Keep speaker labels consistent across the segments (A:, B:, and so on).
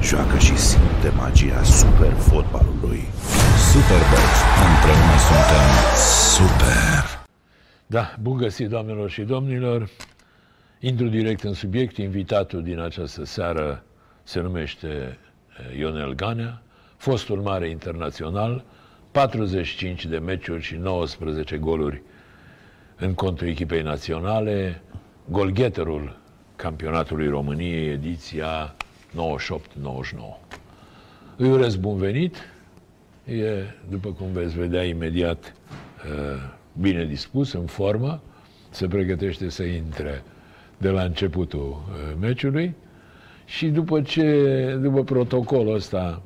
A: joacă și simte magia super fotbalului.
B: Superbox. Împreună suntem super.
C: Da, bun găsit, doamnelor și domnilor. Intru direct în subiect. Invitatul din această seară se numește eh, Ionel Ganea, fostul mare internațional, 45 de meciuri și 19 goluri în contul echipei naționale, golgheterul campionatului României, ediția 98-99. Îi urez bun venit. E, după cum veți vedea imediat, uh, bine dispus, în formă. Se pregătește să intre de la începutul uh, meciului. Și după ce, după protocolul ăsta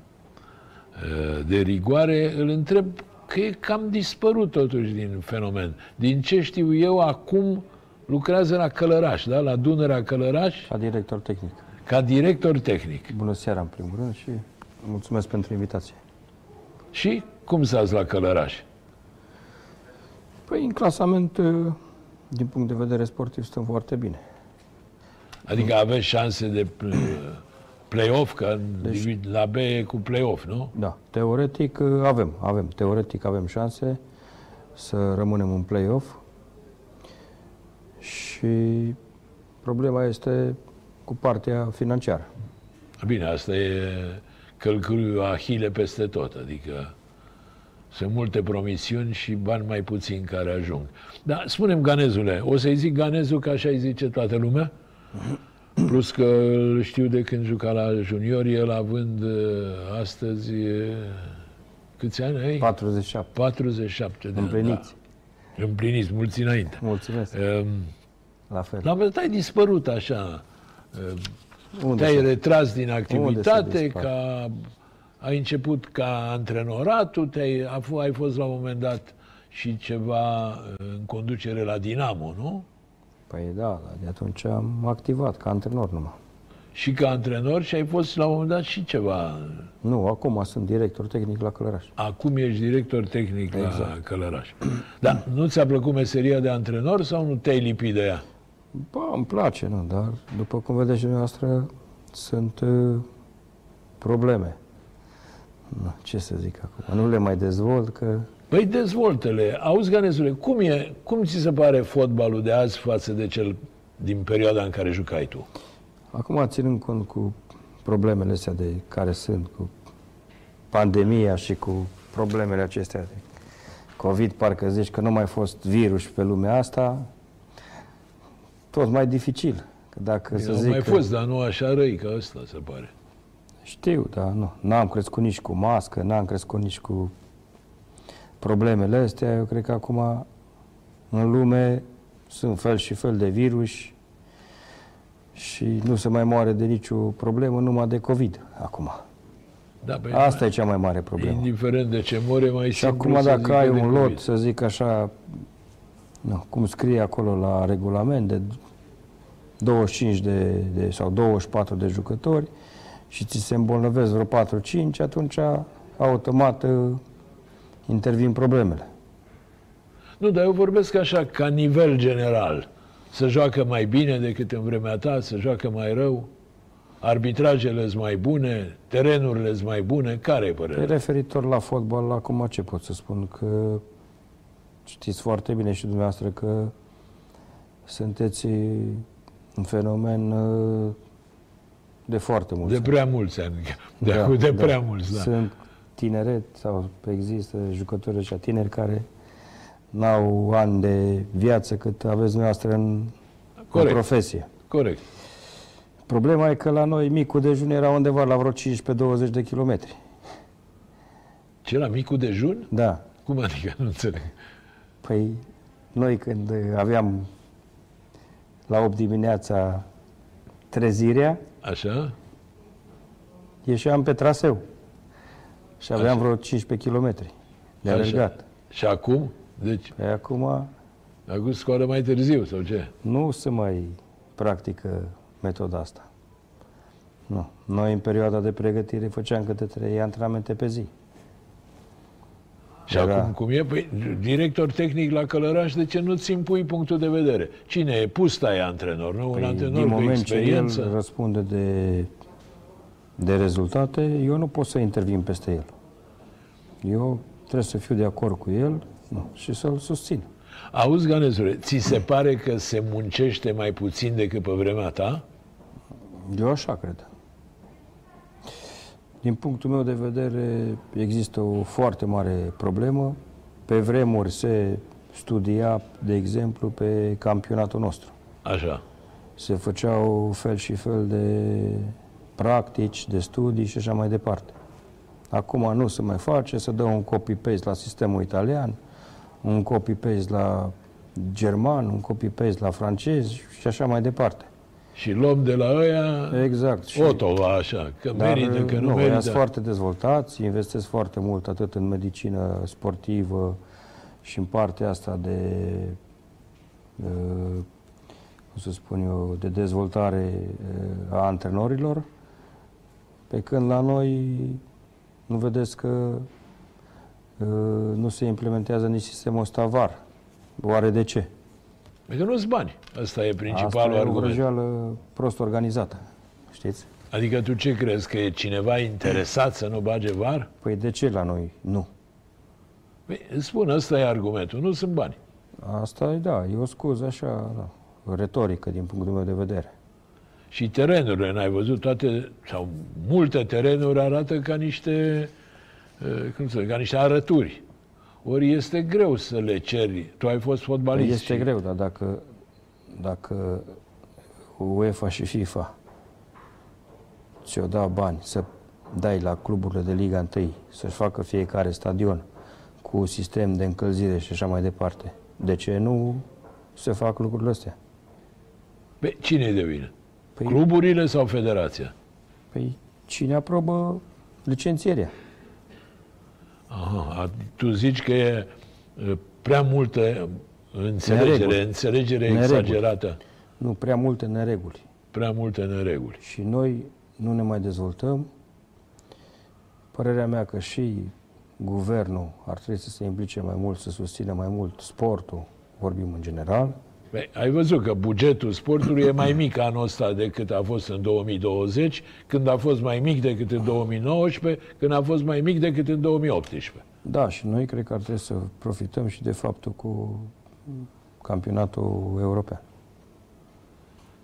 C: uh, de rigoare, îl întreb că e cam dispărut totuși din fenomen. Din ce știu eu, acum lucrează la Călăraș, da? la Dunărea Călăraș,
D: Ca director tehnic.
C: ca director tehnic.
D: Bună seara, în primul rând, și mulțumesc pentru invitație.
C: Și cum stați la Călăraș?
D: Păi, în clasament, eh, din punct de vedere sportiv, stăm foarte bine.
C: Adică aveți șanse de pl- play-off, că în divi- la B e cu play-off, nu?
D: Da, teoretic eh, avem, avem, teoretic avem șanse să rămânem în play-off și problema este cu partea financiară.
C: Bine, asta e călcâiul Ahile peste tot, adică sunt multe promisiuni și bani mai puțini care ajung. Dar spunem Ganezule, o să-i zic Ganezul că așa îi zice toată lumea, plus că îl știu de când juca la juniori, el având eh, astăzi eh, câți ani ai?
D: 47.
C: 47 de ani.
D: Împliniți.
C: Da. Împliniți, mulți înainte. Um,
D: Mulțumesc,
C: Em,
D: la fel.
C: La un moment dat ai dispărut așa,
D: Unde
C: te-ai
D: să-
C: retras din
D: Unde
C: activitate,
D: să dispar?
C: ca, ai început ca antrenoratul, te-ai, a f- ai fost la un moment dat și ceva uh, în conducere la Dinamo, nu?
D: Păi da, da, de atunci am activat ca antrenor numai.
C: Și ca antrenor și ai fost la un moment dat și ceva.
D: Nu, acum sunt director tehnic la Călăraș.
C: Acum ești director tehnic exact. la Călăraș. Dar nu ți-a plăcut meseria de antrenor sau nu te-ai lipit de ea?
D: Bă, îmi place, nu, dar după cum vedeți și dumneavoastră, sunt uh, probleme. Na, ce să zic acum? Nu le mai dezvolt, că
C: Păi dezvoltele. Auzi, Ganezule, cum, e, cum ți se pare fotbalul de azi față de cel din perioada în care jucai tu?
D: acum ținând cont cu problemele astea de care sunt, cu pandemia și cu problemele acestea de COVID, parcă zici că nu mai fost virus pe lumea asta, tot mai dificil. Că dacă să
C: Au
D: zic
C: mai
D: că-
C: fost, dar nu așa răi ca ăsta, se pare.
D: Știu, dar nu. N-am crescut nici cu mască, n-am crescut nici cu problemele astea. Eu cred că acum în lume sunt fel și fel de virus și nu se mai moare de nicio problemă, numai de COVID acum.
C: Da, pe
D: Asta e cea mai mare problemă.
C: Indiferent de ce mor, e mai
D: Și
C: simplu
D: acum
C: să
D: dacă
C: zică
D: ai
C: de
D: un
C: COVID.
D: lot, să zic așa, nu, cum scrie acolo la regulament, de 25 de, de, sau 24 de jucători și ți se îmbolnăvesc vreo 4-5, atunci automat ă, intervin problemele.
C: Nu, dar eu vorbesc așa, ca nivel general. Să joacă mai bine decât în vremea ta, să joacă mai rău, arbitrajele sunt mai bune, terenurile sunt mai bune, care e
D: Pe
C: părerea?
D: referitor la fotbal, acum ce pot să spun? Că știți foarte bine și dumneavoastră că sunteți uh, un fenomen ă, de foarte mult.
C: De prea mulți ani. De, da, de prea mulți, da.
D: Sunt tineret sau există jucători ăștia tineri care n-au ani de viață cât aveți dumneavoastră în, în
C: Corect.
D: profesie.
C: Corect.
D: Problema e că la noi micul dejun era undeva la vreo 15-20 de kilometri.
C: Ce la micul dejun?
D: Da.
C: Cum adică? Nu înțeleg.
D: Păi noi când eh, aveam la 8 dimineața trezirea,
C: Așa?
D: ieșeam pe traseu. Și aveam vreo 15 kilometri de
C: Așa.
D: alergat.
C: Și acum? Deci,
D: Păi acum
C: acum scoală mai târziu sau ce?
D: Nu se mai practică metoda asta. Nu. Noi în perioada de pregătire făceam câte trei antrenamente pe zi.
C: Și
D: Era-
C: acum cum e? Păi, director tehnic la Călăraș, de ce nu-ți impui punctul de vedere? Cine e? Pusta e antrenor, nu? un
D: Păi,
C: antrenor
D: din
C: cu
D: moment ce el
C: experiență.
D: răspunde de de rezultate, eu nu pot să intervin peste el. Eu trebuie să fiu de acord cu el nu, și să-l susțin.
C: Auzi, Ganezule, ți se pare că se muncește mai puțin decât pe vremea ta?
D: Eu așa cred. Din punctul meu de vedere, există o foarte mare problemă. Pe vremuri se studia, de exemplu, pe campionatul nostru.
C: Așa.
D: Se făceau fel și fel de practici, de studii și așa mai departe. Acum nu se mai face, se dă un copy-paste la sistemul italian, un copy-paste la german, un copy-paste la francez și așa mai departe.
C: Și luăm de la ăia
D: Exact. Și-
C: Otova, așa, că merită, că nu,
D: nu ăia
C: merită.
D: sunt foarte dezvoltați, investesc foarte mult atât în medicină sportivă și în partea asta de, uh, cum să spun eu, de dezvoltare uh, a antrenorilor, pe când la noi nu vedeți că uh, nu se implementează nici sistemul ăsta VAR. Oare de ce?
C: Păi Că nu-ți bani. Asta e principalul
D: asta e o
C: argument.
D: vrăjeală prost organizată, știți?
C: Adică tu ce crezi? Că e cineva interesat să nu bage var?
D: Păi de ce la noi nu?
C: Păi, îți spun, ăsta e argumentul. Nu sunt bani.
D: Asta e, da, e o scuză așa, da, o retorică din punctul meu de vedere.
C: Și terenurile, n-ai văzut, toate, sau multe terenuri arată ca niște, eh, cum să zic, ca niște arături. Ori este greu să le ceri. Tu ai fost fotbalist.
D: este
C: și-
D: greu, dar dacă, dacă UEFA și FIFA ți-o da bani să dai la cluburile de Liga 1 să-și facă fiecare stadion cu sistem de încălzire și așa mai departe, de ce nu se fac lucrurile astea?
C: Păi, cine e de vină?
D: Păi-
C: Cluburile sau federația?
D: Păi cine aprobă licențierea?
C: Aha, a- tu zici că e eh, prea multă înțelegere,
D: Nereguli.
C: înțelegere
D: Nereguli.
C: exagerată,
D: Nu, prea multe nereguli.
C: prea multe nereguli.
D: Și noi nu ne mai dezvoltăm. Părerea mea că și guvernul ar trebui să se implice mai mult, să susțină mai mult sportul, vorbim în general.
C: Păi, ai văzut că bugetul sportului e mai mic anul ăsta decât a fost în 2020, când a fost mai mic decât în 2019, când a fost mai mic decât în 2018.
D: Da, și noi cred că ar trebui să profităm și de faptul cu campionatul european.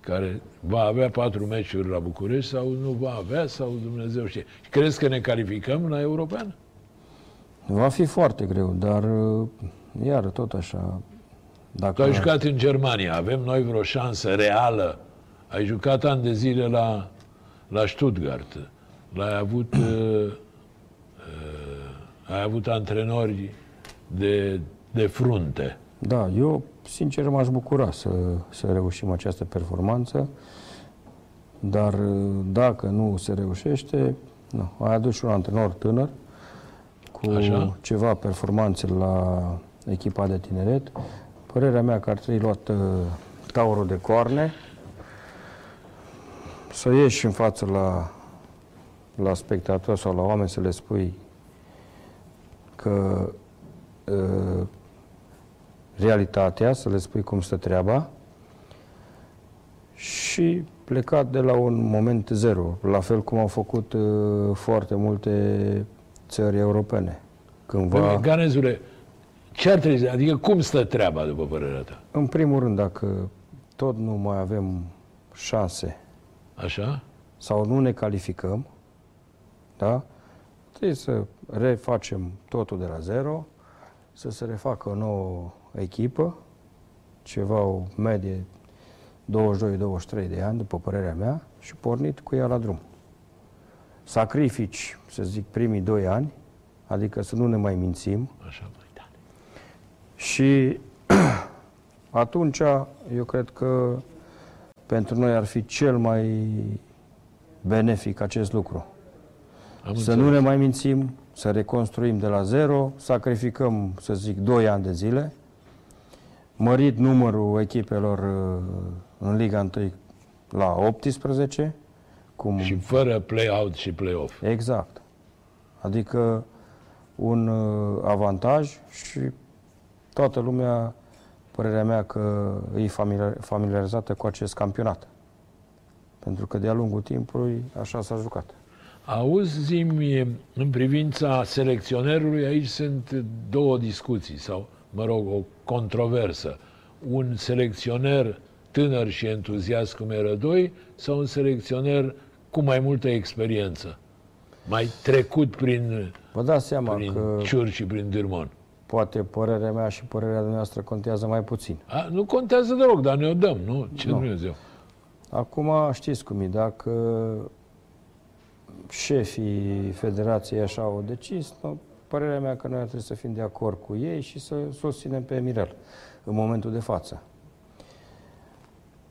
C: Care va avea patru meciuri la București sau nu va avea, sau Dumnezeu știe. Crezi că ne calificăm la european?
D: Va fi foarte greu, dar uh, iară tot așa.
C: Tu
D: Dacă
C: ai jucat în Germania, avem noi vreo șansă reală. Ai jucat ani de zile la, la Stuttgart. L-ai avut, uh, uh, ai avut antrenori de, de frunte.
D: Da, eu sincer m-aș bucura să, să reușim această performanță, dar dacă nu se reușește, nu. Ai adus și un antrenor tânăr cu
C: Așa.
D: ceva performanțe la echipa de tineret. Părerea mea că ar trebui luat uh, taurul de coarne, să ieși în față la, la spectator sau la oameni să le spui că uh, realitatea, să le spui cum stă treaba și plecat de la un moment zero, la fel cum au făcut uh, foarte multe țări europene. Cândva,
C: Ganezule, ce ar trebui să... Adică cum stă treaba, după părerea ta?
D: în primul rând, dacă tot nu mai avem șanse
C: Așa?
D: sau nu ne calificăm, da? Trebuie să refacem totul de la zero, să se refacă o nouă echipă, ceva o medie 22-23 de ani, după părerea mea, și pornit cu ea la drum. Sacrifici, să zic, primii 2 ani, adică să nu ne mai mințim,
C: Așa, mai tare.
D: și atunci, eu cred că pentru noi ar fi cel mai benefic acest lucru.
C: Am
D: Să nu ne mai mințim, să reconstruim de la zero, sacrificăm, să zic, 2 ani de zile, mărit numărul echipelor uh, în Liga 1 la 18, cum
C: Și fără play-out și play-off.
D: Exact. Adică un uh, avantaj și toată lumea, părerea mea, că e familiar- familiarizată cu acest campionat. Pentru că de-a lungul timpului așa s-a jucat.
C: Auzi, zim, în privința selecționerului, aici sunt două discuții sau, mă rog, o controversă. Un selecționer tânăr și entuziast cum e Rădoi sau un selecționer cu mai multă experiență, mai trecut prin,
D: Vă dați seama
C: prin
D: că
C: ciur și prin dârmon.
D: poate părerea mea și părerea dumneavoastră contează mai puțin.
C: A, nu contează deloc, dar ne-o dăm, nu? Ce
D: Nu.
C: Dumnezeu?
D: Acum știți cum e, dacă șefii federației așa au decis, nu, părerea mea că noi ar trebui să fim de acord cu ei și să susținem pe Mirel în momentul de față.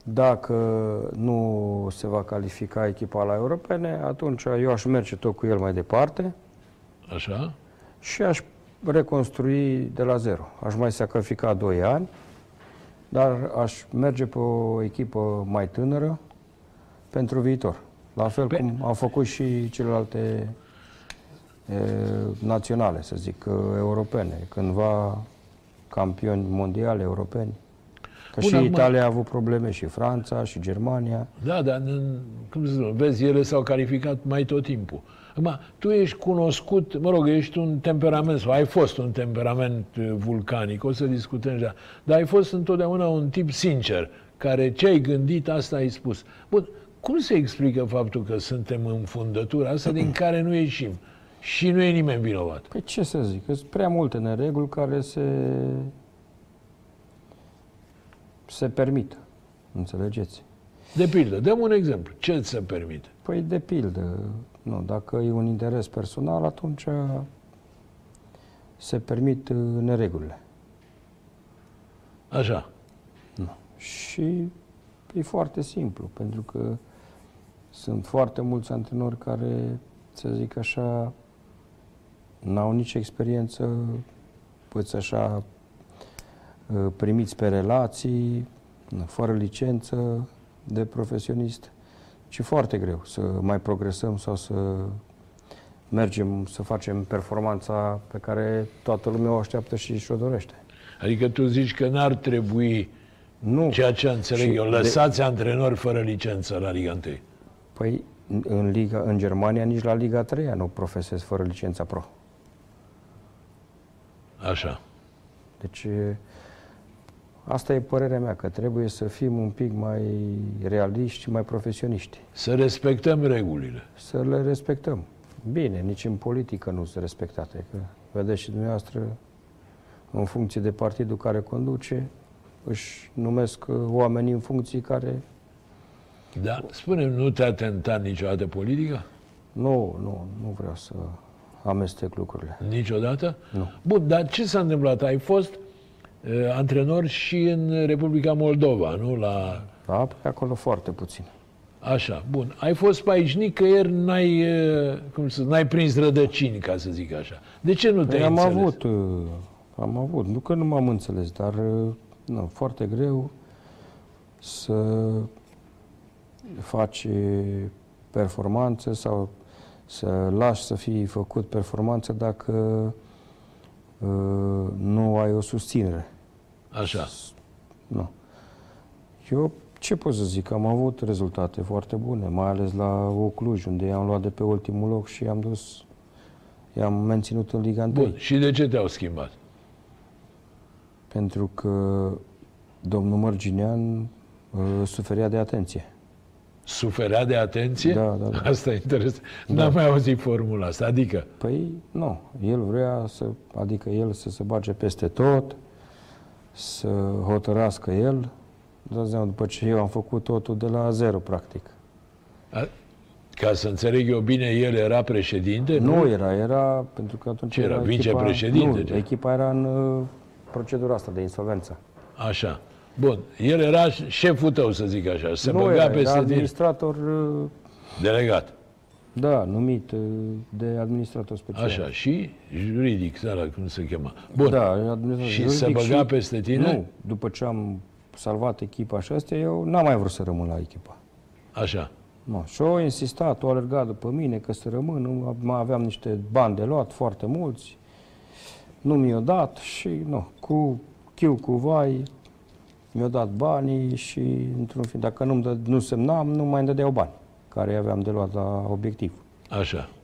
D: Dacă nu se va califica echipa la europene, atunci eu aș merge tot cu el mai departe
C: Așa?
D: și aș reconstrui de la zero. Aș mai sacrifica 2 ani, dar aș merge pe o echipă mai tânără pentru viitor. La fel
C: Pe-
D: cum au făcut și celelalte e, naționale, să zic, e, europene. Cândva campioni mondiali, europeni. Că
C: Bun,
D: și
C: acum-
D: Italia a avut probleme, și Franța, și Germania.
C: Da, dar, în- cum să spun, vezi, ele s-au calificat mai tot timpul. Acum, tu ești cunoscut, mă rog, ești un temperament, sau ai fost un temperament eh, vulcanic, o să discutăm deja, dar ai fost întotdeauna un tip sincer, care ce ai gândit, asta ai spus. Bun, cum se explică faptul că suntem în fundătura asta din care nu ieșim? Și nu e nimeni vinovat.
D: Păi ce să zic, sunt prea multe nereguli care se, se permit. Înțelegeți?
C: De pildă, dăm un exemplu. Ce ți se permite?
D: Păi de pildă, nu, dacă e un interes personal, atunci se permit uh, neregulile.
C: Așa.
D: Și e foarte simplu, pentru că sunt foarte mulți antrenori care, să zic așa, n-au nici experiență, poți așa, ă, primiți pe relații, fără licență de profesionist. Și foarte greu să mai progresăm sau să mergem să facem performanța pe care toată lumea o așteaptă și și-o dorește.
C: Adică tu zici că n-ar trebui
D: Nu.
C: Ceea ce înțeleg
D: Și
C: eu,
D: de-
C: lăsați antrenori fără licență la Liga 1.
D: Păi, în- în, Liga, în Germania, nici la Liga 3 nu profesezi fără licența pro.
C: Așa.
D: Deci, e, asta e părerea mea, că trebuie să fim un pic mai realiști și mai profesioniști.
C: Să respectăm regulile.
D: Să le respectăm. Bine, nici în politică nu sunt respectate, că vedeți și dumneavoastră, în funcție de partidul care conduce, își numesc uh, oamenii în funcții care
C: Da? spune nu te-a tentat niciodată politica?
D: nu, nu, nu vreau să amestec lucrurile.
C: Niciodată? Nu. Bun, dar ce s-a întâmplat? Ai fost uh, antrenor și în Republica Moldova, nu? La...
D: Da, Păi acolo foarte puțin. Păi uh, uh, uh, Da,
C: Adică,
D: Păi, adică uh, uh, da, Da,
C: Așa.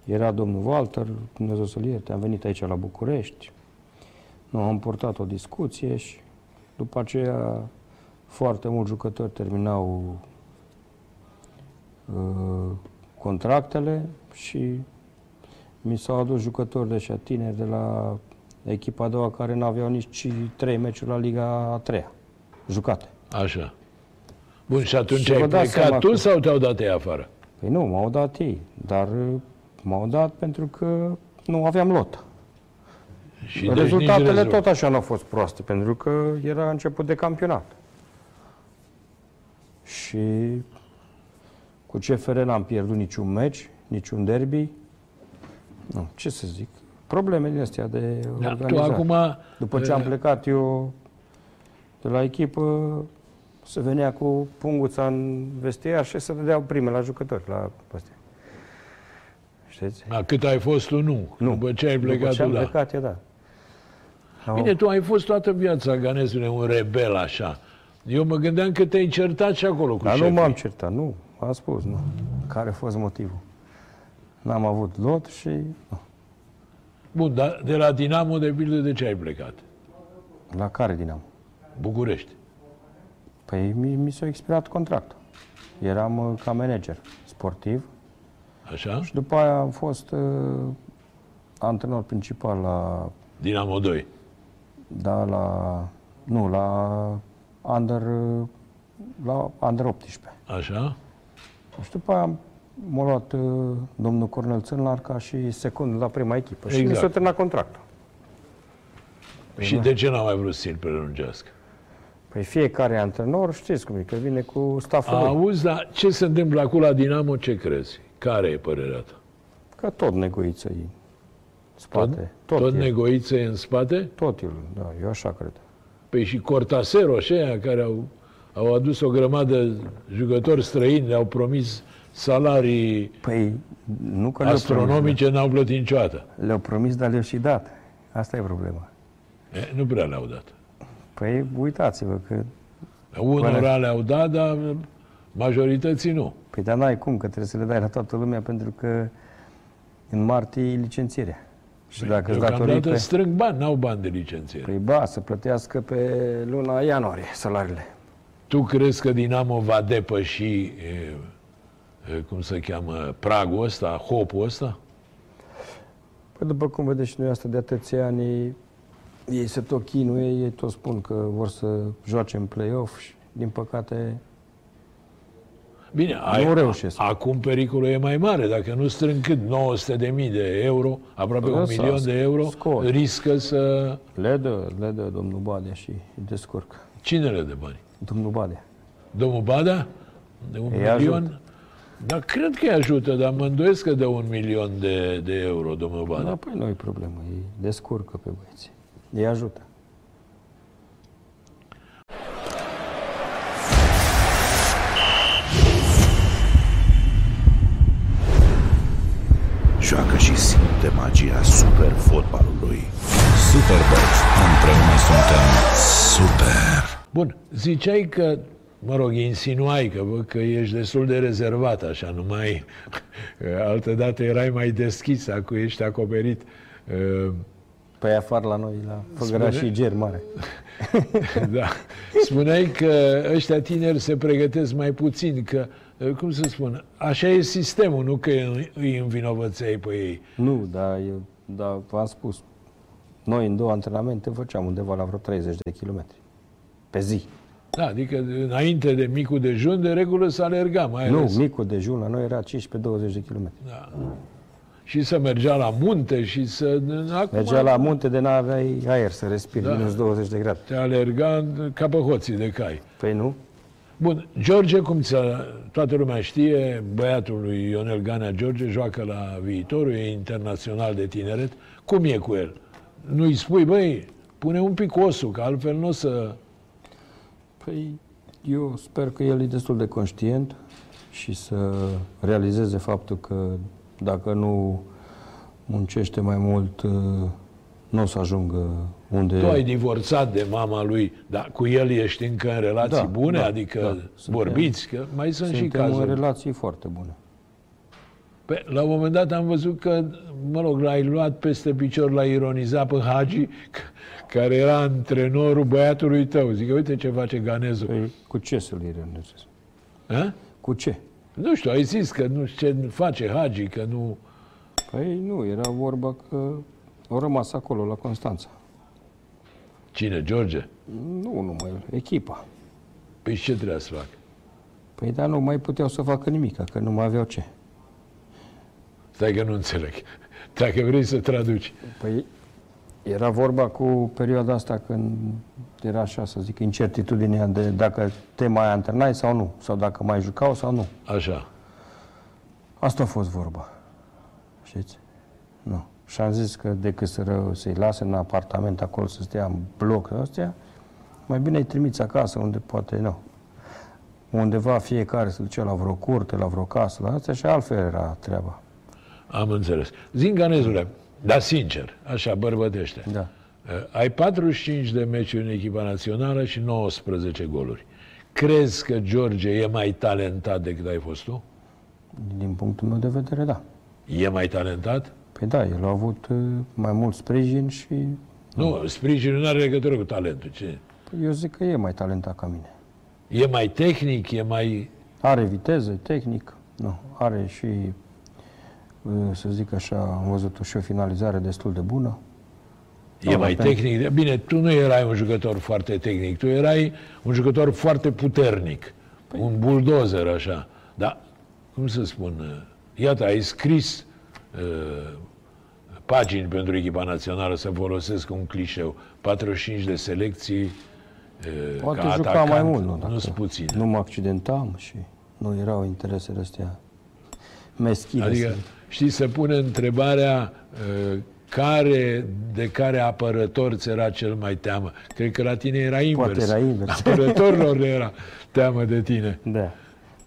D: Era domnul Walter, Dumnezeu să-l ierte, am venit aici la București, nu, am portat o discuție și după aceea foarte mulți jucători terminau uh, contractele și mi s-au adus jucători de așa tineri de la echipa a doua care n-aveau nici trei meciuri la Liga a treia jucate.
C: Așa. Bun, și atunci
D: Și vă
C: ai
D: dați
C: plecat
D: seama
C: tu
D: că-
C: sau te-au dat ei afară?
D: Păi nu, m-au dat ei, dar uh, m-au dat pentru că nu aveam lot.
C: Și deci nici
D: Rezultatele
C: rezult-
D: tot așa nu au fost proaste, pentru că era început de campionat. Și cu CFR n-am pierdut niciun meci, niciun derby. Nu, ce să zic, probleme din astea de
C: Da, tu
D: organizare.
C: acum... Da.
D: După ce am plecat eu de la echipă, se venea cu punguța în vestiar și se dădeau prime la jucători, la astea. Știți?
C: Da, cât ai fost tu, nu.
D: Nu.
C: După ce ai plecat
D: După ce
C: tu,
D: am
C: da.
D: plecat, eu, da. Au-
C: Bine, tu ai fost toată viața, Ganesule, un rebel așa. Eu mă gândeam că te-ai certat și acolo cu
D: Dar nu
C: șefii.
D: m-am certat, nu. Am spus, nu. Care a fost motivul? N-am avut lot și... nu.
C: Bun, dar de la Dinamo, de pildă, de ce ai plecat?
D: La care Dinamo?
C: București.
D: Păi mi, mi s-a expirat contractul. Eram uh, ca manager sportiv
C: Așa?
D: și după aia am fost uh, antrenor principal la...
C: Dinamo 2.
D: Da, la... Nu, la Under... uh, La Under 18.
C: Așa?
D: Și după aia m-a luat uh, domnul Cornel Țânlar ca și secund la prima echipă. Și mi
C: Exact.
D: s-a terminat contractul.
C: și
D: da.
C: de ce n-a mai vrut să-l prelungească?
D: Păi fiecare antrenor, știți cum e, că vine cu staful lui.
C: Auzi, dar ce se întâmplă acolo la Dinamo, ce crezi? Care e părerea ta?
D: Că tot negoiță e. Spate. Tot,
C: Tot
D: tot, e.
C: negoiță e în spate?
D: tot el, da, eu așa cred.
C: Păi și Cortasero, ăștia care au, au adus o grămadă de jucători străini, le-au promis salarii
D: Păi, nu că le-au promis,
C: astronomice, n-au plătit niciodată.
D: le-au promis, dar le-au și dat. Asta e problema.
C: E, nu prea le-au dat.
D: Păi, uitați-vă că...
C: Unora le-au dat, dar majorității nu.
D: Păi, dar n-ai cum, că trebuie să le dai la toată lumea, pentru că în martie e licențierea. Și dacă îți datorii
C: Păi, Deocamdată
D: pe...
C: strâng bani, n-au bani de licențiere.
D: Păi, ba, să plătească pe luna ianuarie salariile.
C: Tu crezi că Dinamo va depăși, e, e, cum se cheamă, pragul ăsta, hopul ăsta?
D: Păi după cum vedeți și noi asta de atâția ani, ei- ei se tot chinuie, ei tot spun că vor să joace în play-off și, din păcate,
C: Bine, ai,
D: Nu reușesc.
C: acum pericolul e mai mare. Dacă nu strâng cât? 900 de mii de euro, aproape un
D: Lasă,
C: milion de euro,
D: Păi scot.
C: riscă să...
D: le dă, le dă domnul Badea și îi descurc.
C: Cinele de bani?
D: Domnul Badea.
C: Domnul Bada? De un
D: Îi
C: milion?
D: ajută.
C: Dar cred că îi ajută, dar mă îndoiesc că de un milion de, de euro, domnul Bada.
D: Da, da păi nu e problemă, îi descurcă pe băieți. Îi ajută.
A: Joacă și simte magia super fotbalului.
B: Superbox. Împreună suntem super.
C: Bun, ziceai că, mă rog, insinuai că, bă, că ești destul de rezervat așa, numai altă dată erai mai deschis, acum ești acoperit. Uh,
D: Păi afară la noi, la Făgăraș și Ger Mare.
C: da. Spuneai că ăștia tineri se pregătesc mai puțin, că, uh, cum să spun, așa e sistemul, nu că îi învinovățeai pe ei.
D: Nu, dar eu, dar v-am spus, noi în două antrenamente făceam undeva la vreo 30 de kilometri pe zi.
C: Da, adică înainte de micul dejun, de regulă să alerga, mai
D: Nu,
C: ales.
D: micul dejun la noi era 15-20 de kilometri.
C: Da. Și să mergea la munte și să... Acum,
D: Mergea la munte de n-aveai aer să respiri,
C: Da.
D: da. minus 20 de grade.
C: Te alerga în- ca pe hoții de cai.
D: Păi nu?
C: Bun, George, cum ți-a, toată lumea știe, băiatul lui Ionel Ganea George joacă la viitorul, e internațional de tineret. Cum e cu el? Nu-i spui, băi, pune un pic osul, că altfel nu o să...
D: Păi eu sper că el e destul de conștient și să realizeze faptul că dacă nu muncește mai mult, nu o să ajungă unde...
C: Tu ai divorțat de mama lui, dar cu el ești încă în relații
D: Da,
C: bune?
D: da,
C: adică
D: da, suntem-
C: vorbiți, că mai sunt și
D: Suntem în
C: cazuri.
D: relații foarte bune.
C: Pe, la un moment dat am văzut că, mă rog, l-ai luat peste picior, l-ai ironizat pe Hagi, c- care era antrenorul băiatului tău. Zic, uite ce face Ganezul.
D: Păi, cu ce să-l ironizez?
C: Ha?
D: Cu ce?
C: Nu știu, ai zis că nu știu ce face Hagi, că nu...
D: Păi nu, era vorba că au rămas acolo, la Constanța.
C: Cine, George?
D: Nu numai el, echipa.
C: Păi și ce trebuia să fac?
D: Păi da, nu mai puteau să facă nimic, că nu mai aveau ce.
C: Stai că nu înțeleg. Dacă vrei să traduci.
D: Păi era vorba cu perioada asta când era așa, să zic, incertitudinea de dacă te mai antrenai sau nu, sau dacă mai jucau sau nu.
C: Așa.
D: Asta a fost vorba. Știți? Nu. Și am zis că decât să ră, să-i las în apartament acolo să stea în bloc astea, mai bine îi trimiți acasă unde poate nu. Undeva fiecare se ducea la vreo curte, la vreo casă, la astea și altfel era treaba.
C: Am înțeles. Zin Ganezule, dar sincer, așa, bărbătește.
D: Da.
C: Uh, Ai 45 de meciuri în echipa națională și 19 goluri. Crezi că George e mai talentat decât ai fost tu?
D: Din punctul meu de vedere, da.
C: E mai talentat?
D: Păi da, el a avut uh, mai mult sprijin și
C: Nu, sprijinul nu are legătură cu talentul. Ce?
D: păi, eu zic că e mai talentat ca mine.
C: E mai tehnic, e mai...
D: Are viteză, tehnic, nu, are și, uh, să zic așa, am văzut și o finalizare destul de bună.
C: E mai
D: da.
C: tehnic. Bine, tu nu erai un jucător foarte tehnic, tu erai un jucător foarte puternic,
D: Păi.
C: un buldozer așa. Dar, cum să spun, uh, iată, ai scris uh, pagini pentru echipa națională, să folosesc un clișeu, 45 de selecții uh,
D: Poate
C: ca
D: juca
C: atacant,
D: mai mult, nu?
C: nu sunt puține.
D: Nu mă accidentam și nu erau interesele astea meschine.
C: Adică,
D: să-
C: știi, se pune întrebarea uh, care, de care apărător ți era cel mai teamă. Cred că la tine era invers.
D: era invers.
C: Apărătorilor le era teamă de tine.
D: Da.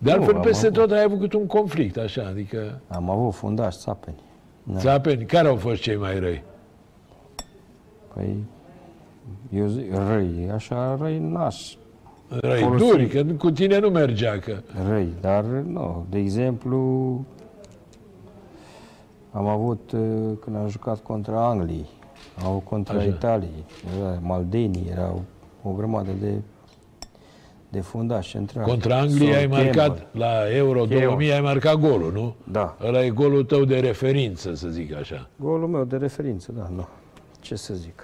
C: De
D: Nu,
C: altfel,
D: am
C: peste
D: avut.
C: tot ai avut un conflict, așa, adică...
D: Am avut fundaș, țapeni. Da.
C: Țapeni, care au fost cei mai răi?
D: Păi, eu zic, răi, așa răi n-aș
C: Răi
D: Folosim.
C: duri, că cu tine nu mergea, că...
D: răi, dar nu. De exemplu, am avut, uh, când am jucat contra Angliei, au contra
C: Așa.
D: Italiei, era Maldenii, erau o grămadă de, de fundași centrali.
C: Contra Anglia ai
D: Sol Campbell.
C: marcat, la Euro 2000 ai marcat golul, nu?
D: Da.
C: Ăla e golul tău de referință, să zic așa.
D: Golul meu de referință, da, nu. Ce să zic?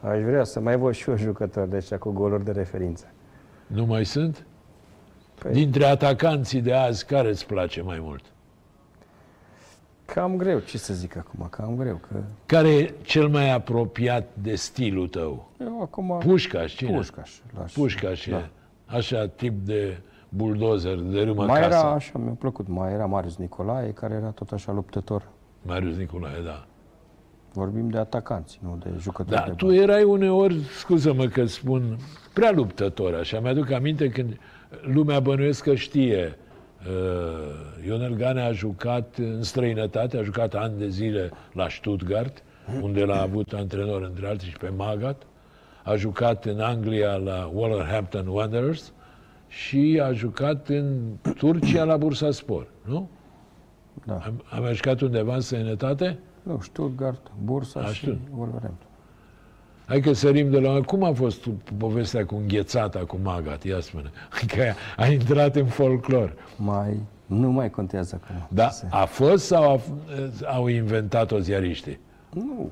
D: Aș vrea să mai văd și eu jucători de ăștia cu goluri de referință.
C: Nu mai sunt?
D: Păi-
C: Dintre atacanții de azi, care îți place mai mult?
D: Cam greu, ce să zic acum, cam greu, că
C: Care e cel mai apropiat de stilul tău?
D: eu acum...
C: Pușcaș, cine?
D: Pușcaș. l-aș-
C: Pușcaș da. e așa tip de buldozer, de râmă
D: Mai
C: casă.
D: era așa, mi-a plăcut, mai era Marius Nicolae, care era tot așa luptător.
C: Marius Nicolae, da.
D: Vorbim de atacanți, nu de jucători
C: Da,
D: de
C: tu
D: bani.
C: erai uneori, scuză-mă că spun, prea luptător, așa. Mi-aduc aminte când lumea bănuiesc că știe. Uh, Ionel Ganea a jucat în străinătate, a jucat ani de zile la Stuttgart, unde l-a avut antrenor între alții și pe Magat. A jucat în Anglia la Wolverhampton Wanderers și a jucat în Turcia la Bursaspor, nu?
D: Da.
C: Am, am mai jucat undeva în străinătate?
D: Nu, Stuttgart, Bursa
C: A,
D: și
C: Stuttgart.
D: Wolverhampton.
C: Hai că sărim de la... Cum a fost povestea cu înghețata, cu magat? Ia spune. Că a intrat în folclor.
D: Mai, nu mai contează acum.
C: Da,
D: Se-
C: a fost sau a, f- au inventat-o ziariștii?
D: Nu,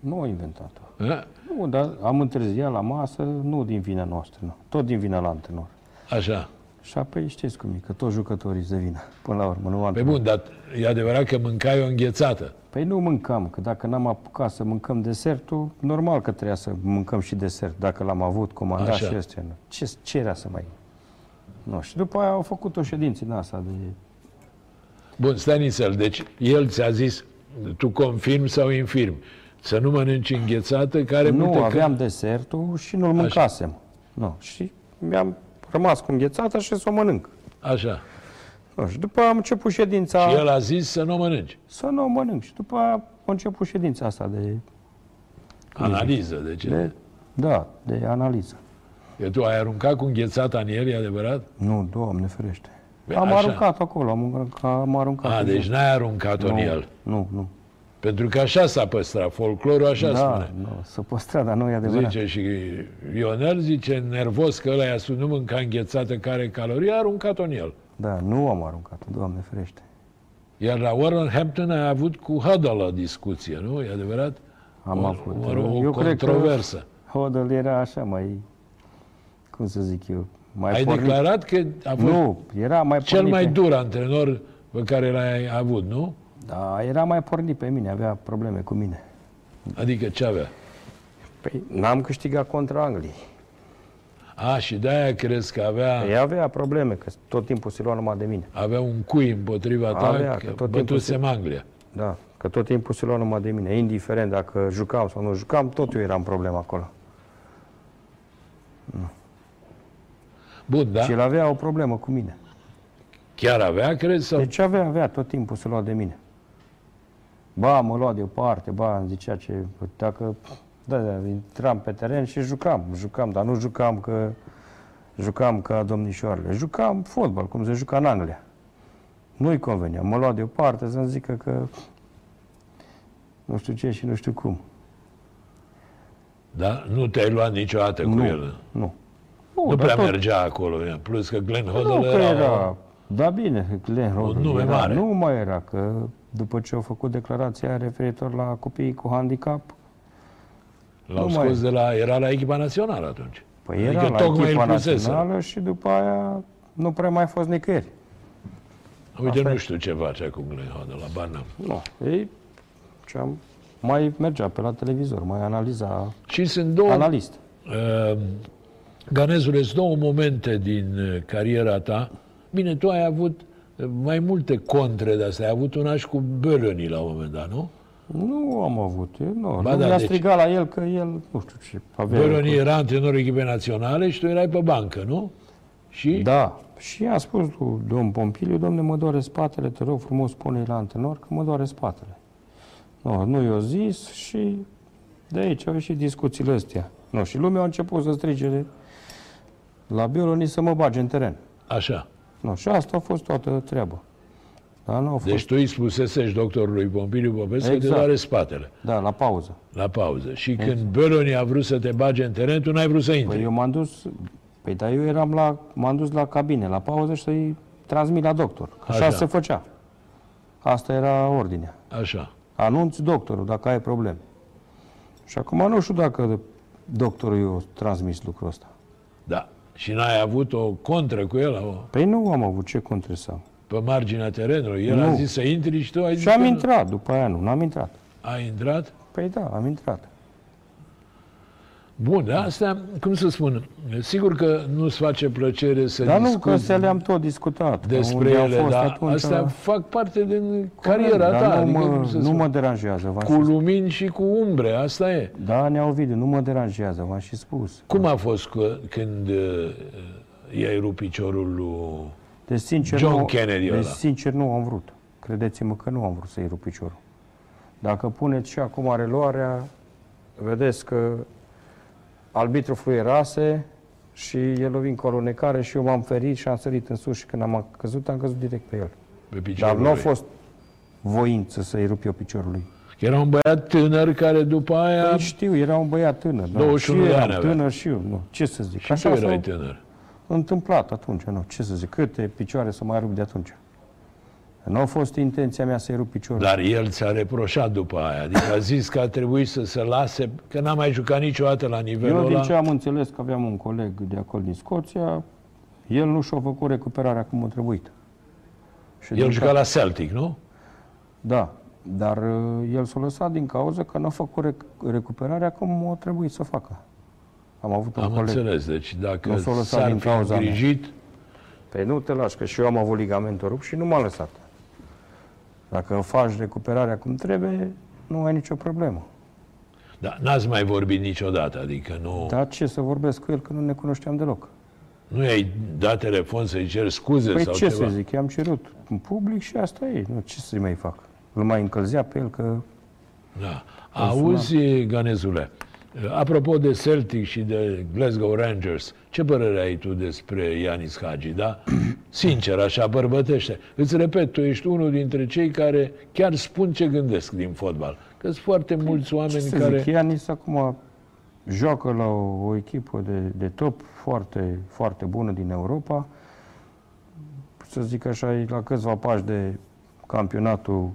D: nu au inventat-o.
C: A?
D: Nu, dar am întârziat la masă, nu din vina noastră, nu. Tot din vina la antrenor.
C: Așa.
D: Și apoi știți cum e, că toți jucătorii se vină. Până la urmă, nu
C: Pe
D: antrenor.
C: bun, dar e adevărat că mâncai o înghețată.
D: Păi nu mâncam, că dacă n-am apucat să mâncăm desertul, normal că trebuia să mâncăm și desert, dacă l-am avut comandat
C: Așa.
D: și astea. nu. Ce, ce era să mai... Nu, și după aia au făcut o ședință din asta de...
C: Bun, stai nițel. Deci el ți-a zis, tu confirm sau infirm, să nu mănânci înghețată care
D: Nu,
C: multe
D: aveam desertul și nu-l mâncasem. Nu, și mi-am rămas cu înghețata și să o mănânc.
C: Așa.
D: Nu, și după aia am început ședința...
C: Și el a zis să nu o mănânci.
D: Să nu o mănânc. Și după aia a început ședința asta de...
C: Analiză, deci.
D: de da, de analiză.
C: Că tu ai aruncat cu înghețata în el, e adevărat?
D: Nu, Doamne ferește.
C: Bine,
D: Am
C: așa.
D: aruncat acolo, am aruncat. Am aruncat
C: A,
D: în
C: deci
D: joc.
C: n-ai aruncat-o în el.
D: Nu, nu.
C: Pentru că așa s-a păstrat, folclorul așa
D: Da, exact.
C: spune.
D: nu, s-a păstrat, dar nu e adevărat.
C: Zice și Ionel, zice, nervos că ăla i-a spus, nu mânca înghețată care calorie, a aruncat-o în el.
D: Da, nu am aruncat, Doamne ferește.
C: Iar la Warren Hampton a avut cu Huddle o discuție, nu? E adevărat?
D: Am
C: o,
D: avut. da. uh,
C: O, o,
D: Eu cred că-
C: controversă.
D: Hodel era așa mai, cum să zic eu, mai
C: Ai
D: pornit.
C: declarat că a fost nu,
D: Nu, era mai
C: cel
D: pornit
C: mai
D: pe-
C: dur antrenor pe care l-ai avut, nu?
D: Da, era mai pornit pe mine, avea probleme cu mine.
C: Adică ce avea?
D: Păi n-am câștigat contra Angliei.
C: A, și de-aia crezi că avea,
D: Ei avea probleme, că tot timpul se lua numai de mine.
C: avea un cui împotriva ta,
D: Avea, că
C: că
D: tot timpul
C: bătuse Anglia.
D: Da, că tot timpul se lua numai de mine, indiferent dacă jucam sau nu jucam, tot eu eram problemă acolo.
C: Bun, da?
D: Și el avea o problemă cu mine.
C: Chiar avea, crezi? Sau...
D: Deci avea, avea, tot timpul se lua de mine. Ba, mă lua deoparte, ba, îmi zicea ce... Dacă... Da, da, intram pe teren și jucam, jucam, dar nu jucam că... Jucam ca domnișoarele. Jucam fotbal, cum se juca în Anglia. Nu-i convenea. Mă lua deoparte să-mi zică că... Nu știu ce și nu știu cum.
C: Da? Nu te-ai luat niciodată cu
D: nu,
C: el.
D: nu.
C: nu
D: dar
C: prea
D: tot-
C: mergea acolo. Plus că Glenn
D: Nu
C: Hoddle
D: că
C: era... o-
D: era... Da, bine, Glenn Rodman
C: nume
D: era,
C: mare.
D: Nu mai era, că după ce au făcut declarația referitor la copiii cu handicap,
C: L-au
D: nu mai-
C: scos de la... Era la echipa națională atunci.
D: Păi era la
C: Adică tocmai
D: echipa
C: îl pusese.
D: națională și după aia nu prea mai a fost nicăieri.
C: Uite,
D: Asta e.
C: nu știu ce face acum Glenn Hoddle la Barnum.
D: Nu. Ei, ce am mai mergea pe la televizor, mai analiza
C: Și sunt două...
D: analist.
C: Uh, Ganezule, sunt două momente din uh, cariera ta. Bine, tu ai avut uh, mai multe contre de astea. Ai avut una și cu Bölöni la un moment dat, nu?
D: Nu am avut, eu nu.
C: Ba
D: nu
C: da,
D: mi-a
C: deci-
D: strigat la el că el, nu știu ce, avea...
C: Bölöni era antrenorul echipei naționale și tu erai pe bancă, nu? Și?
D: Da. Și a spus lui domn Pompiliu, domne, mă doare spatele, te rog frumos, spune la antrenor că mă doare spatele. Nu, nu i-o zis și de aici au ieșit discuțiile astea. Nu, și lumea a început să strige la Bioloni să mă bage în teren.
C: Așa.
D: Nu, și asta a fost toată treaba. Dar nu a fost,
C: Deci tu îi spusesești doctorului Pompiliu Popescu exact. că
D: Exact.
C: te doare spatele
D: da, la pauză.
C: la pauză. Și când Bölöni a vrut să te bage în teren, tu n-ai vrut să intri.
D: Păi eu m-am dus, păi da, eu eram la, m-am dus la cabine, la pauză și să-i transmit la doctor. Că Așa,
C: Așa.
D: se făcea. Asta era ordinea.
C: Așa.
D: Anunți doctorul dacă ai probleme. Și acum nu știu dacă doctorul i-a transmis lucrul ăsta.
C: Da. Și n-ai avut o contră cu el o,
D: Păi nu am avut ce contre să am.
C: pe marginea terenului. El
D: Nu.
C: a zis să intri și tu ai zis
D: Și am
C: că nu.
D: intrat, după aia nu, n-am intrat.
C: Ai intrat?
D: Păi da, am intrat.
C: Bun, da, asta, cum să spun, sigur că nu-ți face plăcere să
D: Dar nu,
C: discuți
D: că astea le-am tot discutat. că
C: despre
D: unde am
C: ele,
D: fost
C: dar
D: atunci, da.
C: astea fac parte din cariera
D: Dar
C: ta.
D: nu,
C: adică, cum
D: mă,
C: să
D: nu
C: spun,
D: mă deranjează, v-am
C: cu
D: și
C: lumini și cu umbre, asta e.
D: Da, ne-au video, nu mă deranjează, v-am și spus.
C: Cum a fost cu, când uh, i-ai rupt piciorul lui...
D: Deci, sincer,
C: John
D: nu,
C: Kennedy ăla.
D: deci, sincer, nu am vrut. Credeți-mă că nu am vrut să-i rup piciorul. Dacă puneți și acum reluarea, vedeți că arbitru fluierase și el lovin cu o lunecare și eu m-am ferit și am sărit în sus și când am căzut, am căzut direct pe el.
C: Pe piciorul
D: Dar nu a
C: lui?
D: fost voință să-i rup eu piciorul lui.
C: Era un băiat tânăr care după aia...
D: Păi știu, era un băiat tânăr. da.
C: 21
D: și
C: de
D: eram
C: ani avea.
D: tânăr și eu. Nu. Ce să zic?
C: și tu erai
D: s-a
C: tânăr.
D: întâmplat atunci, nu. Ce să zic? Câte picioare să mai rup de atunci? Nu a fost intenția mea să-i rup piciorul.
C: Dar el ți-a reproșat după aia. Adică a zis că a trebuit să se lase, că n-a mai jucat niciodată la nivelul
D: Eu din
C: ăla.
D: ce am înțeles că aveam un coleg de acolo din Scoția, el nu și-a făcut recuperarea cum a trebuit. Și
C: El
D: din
C: juca
D: cau-
C: la Celtic, nu?
D: Da, dar uh, el s-a lăsat din cauza că nu a făcut rec- recuperarea cum a trebuit să o facă. Am avut un
C: Am
D: coleg.
C: înțeles. Deci dacă
D: Nu s-o lăsa
C: s-ar
D: din
C: fi
D: cauza mea.
C: îngrijit,
D: Păi nu te lași, că și eu am avut ligamentul rupt și nu m-a lăsat. Dacă faci recuperarea cum trebuie, nu ai nicio problemă.
C: da, n-ați mai vorbit niciodată. Adică nu,
D: Dar ce să vorbesc cu el, că nu ne cunoșteam deloc.
C: nu i-ai dat telefon să-i ceri scuze
D: Păi
C: sau
D: ce
C: ceva.
D: să zic, i-am cerut în public și asta e. Nu, ce să-i mai fac? Îl mai încălzea pe el că...
C: Da. Auzi, Ganezule, Apropo de Celtic și de Glasgow Rangers, ce părere ai tu despre Ianis Hagi, da? Sincer, așa bărbătește. Îți repet, tu ești unul dintre cei care chiar spun ce gândesc din fotbal. Că sunt foarte mulți
D: Păi, Ce
C: oameni
D: să
C: care...
D: zic, Ianis acum joacă la o, o echipă de, de top foarte, foarte bună din Europa. Să zic așa, e la câțiva pași de campionatul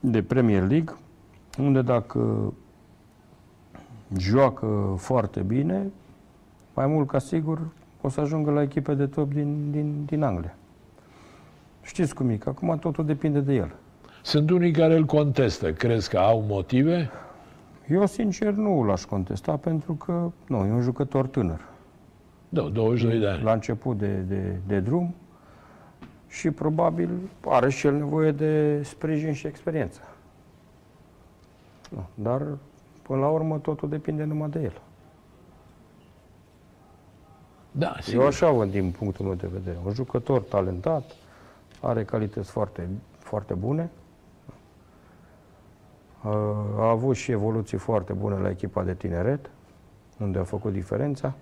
D: de Premier League, unde dacă joacă foarte bine, mai mult ca sigur o să ajungă la echipe de top din, din, din Anglia. Știți cum e, că acum totul depinde de el.
C: Sunt unii care îl contestă. Crezi că au motive?
D: Eu, sincer, nu l-aș contesta pentru că, nu, e un jucător tânăr.
C: Da, 22 de ani.
D: La început de, de, de drum și probabil are și el nevoie de sprijin și experiență. Nu, Dar, până la urmă, totul depinde numai de el.
C: Da,
D: Sigur. Eu
C: sigur.
D: așa văd din punctul meu de vedere. Un jucător talentat, are calități foarte, foarte bune, a, a avut și evoluții foarte bune la echipa de tineret, unde a făcut diferența.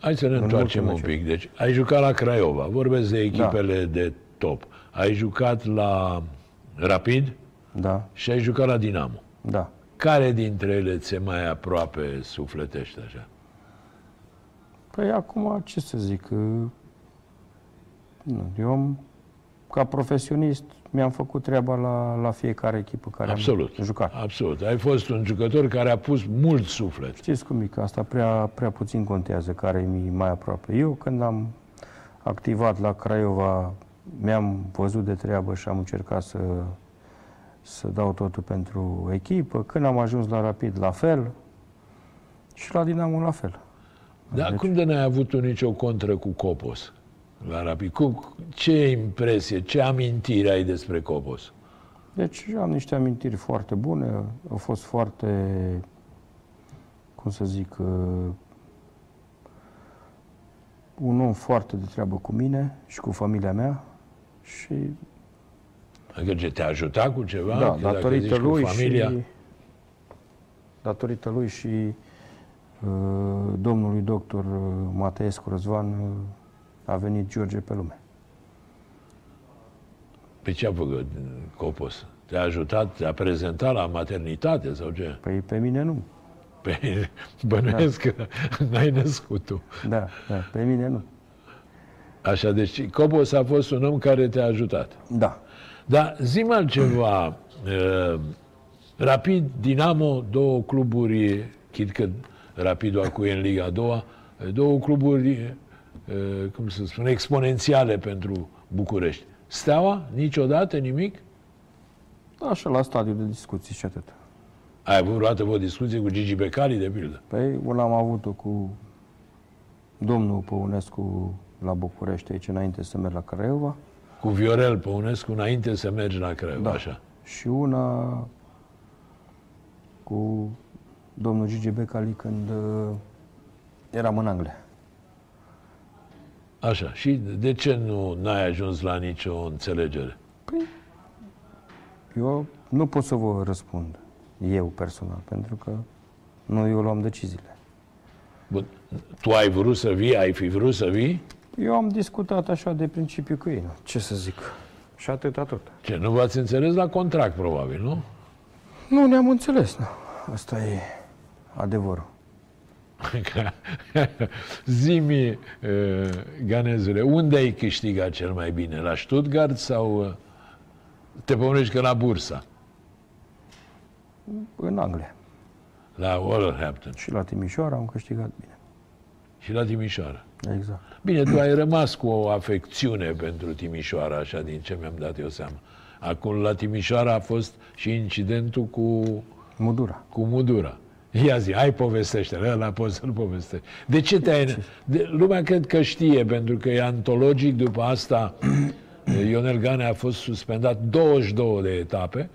C: Hai să ne întoarcem un
D: ultimul Da.
C: pic. Deci, ai jucat la Craiova, vorbesc de echipele de top. Ai jucat la Rapid
D: Da,
C: și ai jucat la Dinamo.
D: da.
C: Care dintre ele ți mai aproape sufletește așa?
D: Păi acum, ce să zic, ă, nu, eu am, ca profesionist mi-am făcut treaba la, la fiecare echipă care
C: Absolut.
D: am jucat.
C: Absolut. Ai fost un jucător care a pus mult suflet.
D: Știți cum e, că asta prea, prea puțin contează care mi mai aproape. Eu când am activat la Craiova, mi-am văzut de treabă și am încercat să, să dau totul pentru echipă. Când am ajuns la Rapid, la fel. Și la Dinamo, la fel.
C: Dar cum de n-ai avut tu nicio contră cu Copos la Rapid? Cum, ce impresie, ce amintire ai despre Copos?
D: Deci am niște amintiri foarte bune, au fost foarte, cum să zic, uh, un om foarte de treabă cu mine și cu familia mea și
C: Adică ce, te-a ajutat cu ceva?
D: da,
C: Că Da, dacă
D: datorită
C: zici cu
D: lui
C: familia...
D: și datorită lui și uh, domnului doctor uh, Mateescu Răzvan uh, a venit George pe lume.
C: Pe ce a făcut m, Copos? Te-a ajutat, te-a prezentat la maternitate sau ce?
D: Păi pe mine nu.
C: Pe, bănuiesc că n-ai născut tu.
D: Da, da pe mine nu.
C: Așa, deci Copos a fost un om care te-a ajutat.
D: Da.
C: Dar zi altceva. Uh, Rapid, Dinamo, două cluburi, chid că Rapidul acu e în Liga a doua, două cluburi, uh, cum să spun, exponențiale pentru București. Steaua, niciodată, nimic?
D: Așa, la stadiu de discuții și atât.
C: Ai avut vreodată o discuție cu Gigi Becali, de pildă?
D: Păi, una am avut-o cu domnul Păunescu la București, aici înainte să merg la Craiova,
C: Cu Viorel Păunescu, înainte să mergi la Craiova, da. așa.
D: și una cu domnul Gigi Becali când uh, eram în Anglia.
C: Așa. Și de ce nu n-ai ajuns la nicio înțelegere?
D: Păi, Eu nu pot să vă răspund, eu personal, pentru că nu eu luam deciziile.
C: Bun. Tu ai vrut să vii, ai fi vrut să vii?
D: Eu am discutat așa de principiu cu ei, nu? ce să zic. Și atâta tot.
C: Ce, nu v-ați înțeles la contract, probabil, nu?
D: Nu ne-am înțeles, nu. Asta e adevărul.
C: Că- Zimi, e, uh, Ganezule, unde ai câștigat cel mai bine? La Stuttgart sau e, te pomnești că la Bursa?
D: În Anglia.
C: La Wolverhampton
D: Și la Timișoara am câștigat bine.
C: și la Timișoara.
D: Exact.
C: Bine, tu ai rămas cu o afecțiune pentru Timișoara, așa din ce mi-am dat eu seama. Acum la Timișoara a fost și incidentul cu,
D: Mudura.
C: cu Mudura. Ia zi, hai povestește-l, ăla poți să-l povestești. De ce te-ai... De, lumea cred că știe, pentru că e antologic după asta. eh, Ionel Ganea a fost suspendat 22 de etape,